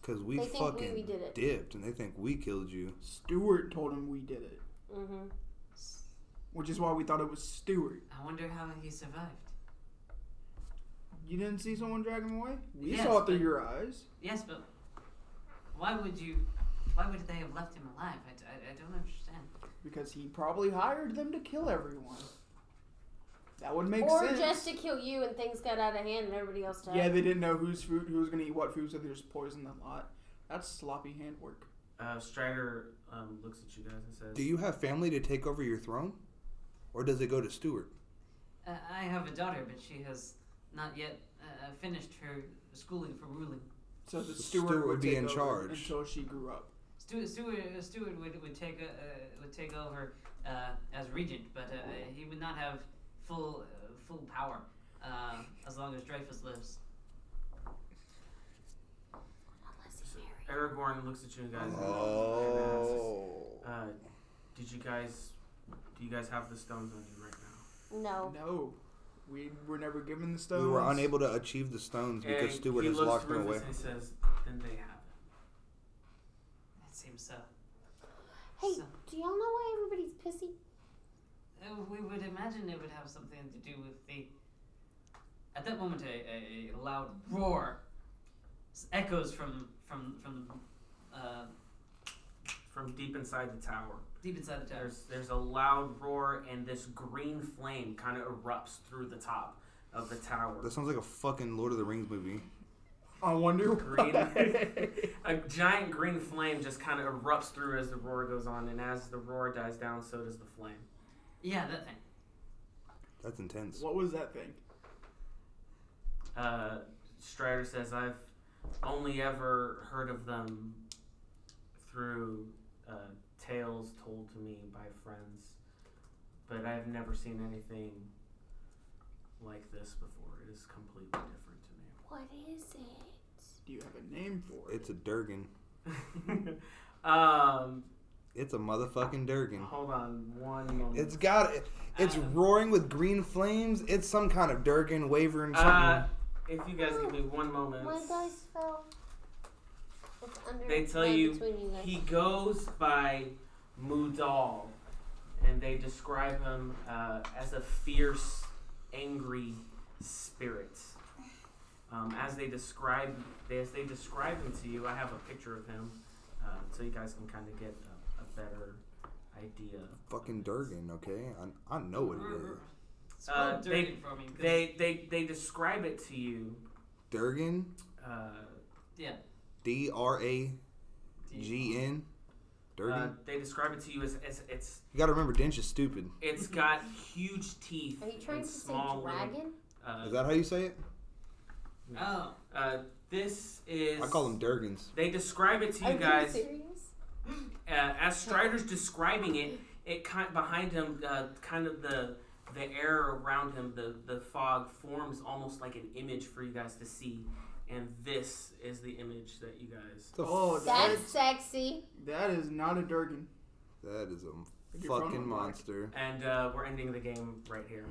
S2: Because we
S3: They think we-
S2: fucking
S3: we did it.
S2: dipped and they think we killed you.
S4: Stuart told him we did it,
S3: Mm-hmm.
S4: which is why we thought it was Stuart.
S5: I wonder how he survived.
S4: You didn't see someone drag him away? We
S5: Yes,
S4: saw it through
S5: but-
S4: your eyes.
S5: Yes, but why would you? Why would they have left him alive? I, I, I don't understand.
S4: Because he probably hired them to kill everyone. That would make
S3: Mm-hmm. or
S4: sense.
S3: just to kill you and things got out of hand and everybody else died.
S4: yeah, they didn't know whose food, who was gonna eat what food, so they just poisoned the lot. That's sloppy handwork.
S1: Uh, Strider um, looks at you guys and says,
S2: Do you have family to take over your throne, or does it go to Stuart?
S5: Uh, I have a daughter, but she has not yet uh, finished her schooling for ruling.
S4: So the
S2: So
S4: steward,
S2: Stuart
S4: would
S2: would be
S4: take
S2: in
S4: over
S2: charge.
S4: until she grew up.
S5: Stewart, Stewart, uh, Stewart would, would take uh, uh, would take over uh, as regent, but uh, he would not have full uh, full power uh, as long as Dreyfus lives.
S1: so Aragorn looks at you guys
S2: Oh.
S1: and asks, uh, "Did you guys? Do you guys have the stones on you right now?"
S3: No.
S4: No, we were never given the stones.
S2: We were unable to achieve the stones because
S1: And
S2: Stuart
S1: he
S2: has
S1: looks
S2: locked
S1: to
S2: them
S1: Rufus
S2: away.
S1: And he says, "Then they have it."
S5: It seems so.
S3: Hey,
S5: So,
S3: do y'all know why everybody's pissy?
S5: uh, we would imagine it would have something to do with the. At that moment, a, a a loud roar s- echoes from from from uh,
S1: From deep inside the tower,
S5: deep inside the tower.
S1: there's there's a loud roar, and this green flame kind of erupts through the top of the tower.
S2: That sounds like a fucking Lord of the Rings movie.
S4: I wonder
S1: Green.
S4: why.
S1: a giant green flame just kind of erupts through as the roar goes on, and as the roar dies down, so does the flame.
S5: Yeah, that thing.
S2: That's intense.
S4: what was that thing?
S1: Uh, Strider says, I've only ever heard of them through uh, tales told to me by friends, but I've never seen anything like this before. It is completely different to me.
S3: What is it?
S4: Do you have a name for it?
S2: It's a Durgan.
S1: um,
S2: It's a motherfucking Durgan.
S1: hold on one moment.
S2: It's got it. It's
S5: Uh,
S2: roaring with green flames. It's some kind of Durgan, wavering something.
S1: uh, if you guys give me one moment.
S3: My dice fell. It's under
S1: They tell
S3: right
S1: you
S3: between you guys.
S1: He goes by Mudal, and they describe him uh, as a fierce, angry spirit. Um, as they describe as they describe him to you, I have a picture of him, uh, so you guys can kind of get a, a better idea.
S2: fucking Durgan, okay? I, I know it
S1: Mm-hmm.
S2: is.
S5: Spell
S1: Uh,
S5: dirty for me. 'cause-
S1: They they they describe it to you.
S2: Durgan,
S1: Uh,
S5: yeah.
S2: D R A G N. Durgan.
S1: uh, they describe it to you as, as it's
S2: you gotta remember, Dinch is stupid.
S1: it's got huge teeth
S3: Are you trying
S1: and
S3: to say
S1: small little,
S3: dragon?
S1: uh,
S2: Is that how you say it?
S5: Oh.
S1: Uh, this is.
S2: I call them Durgans.
S1: They describe it to
S3: Are
S1: you guys. Uh,
S3: serious?
S1: as Strider's describing it, it kind behind him, uh, kind of the the air around him, the the fog forms almost like an image for you guys to see. And this is the image that you guys.
S2: The f-
S4: Oh, that
S3: That's
S4: is,
S3: sexy.
S4: that is not a Durgan.
S2: that is a
S4: Like your phone
S2: fucking
S4: on black.
S2: monster.
S1: And uh, we're ending the game right here.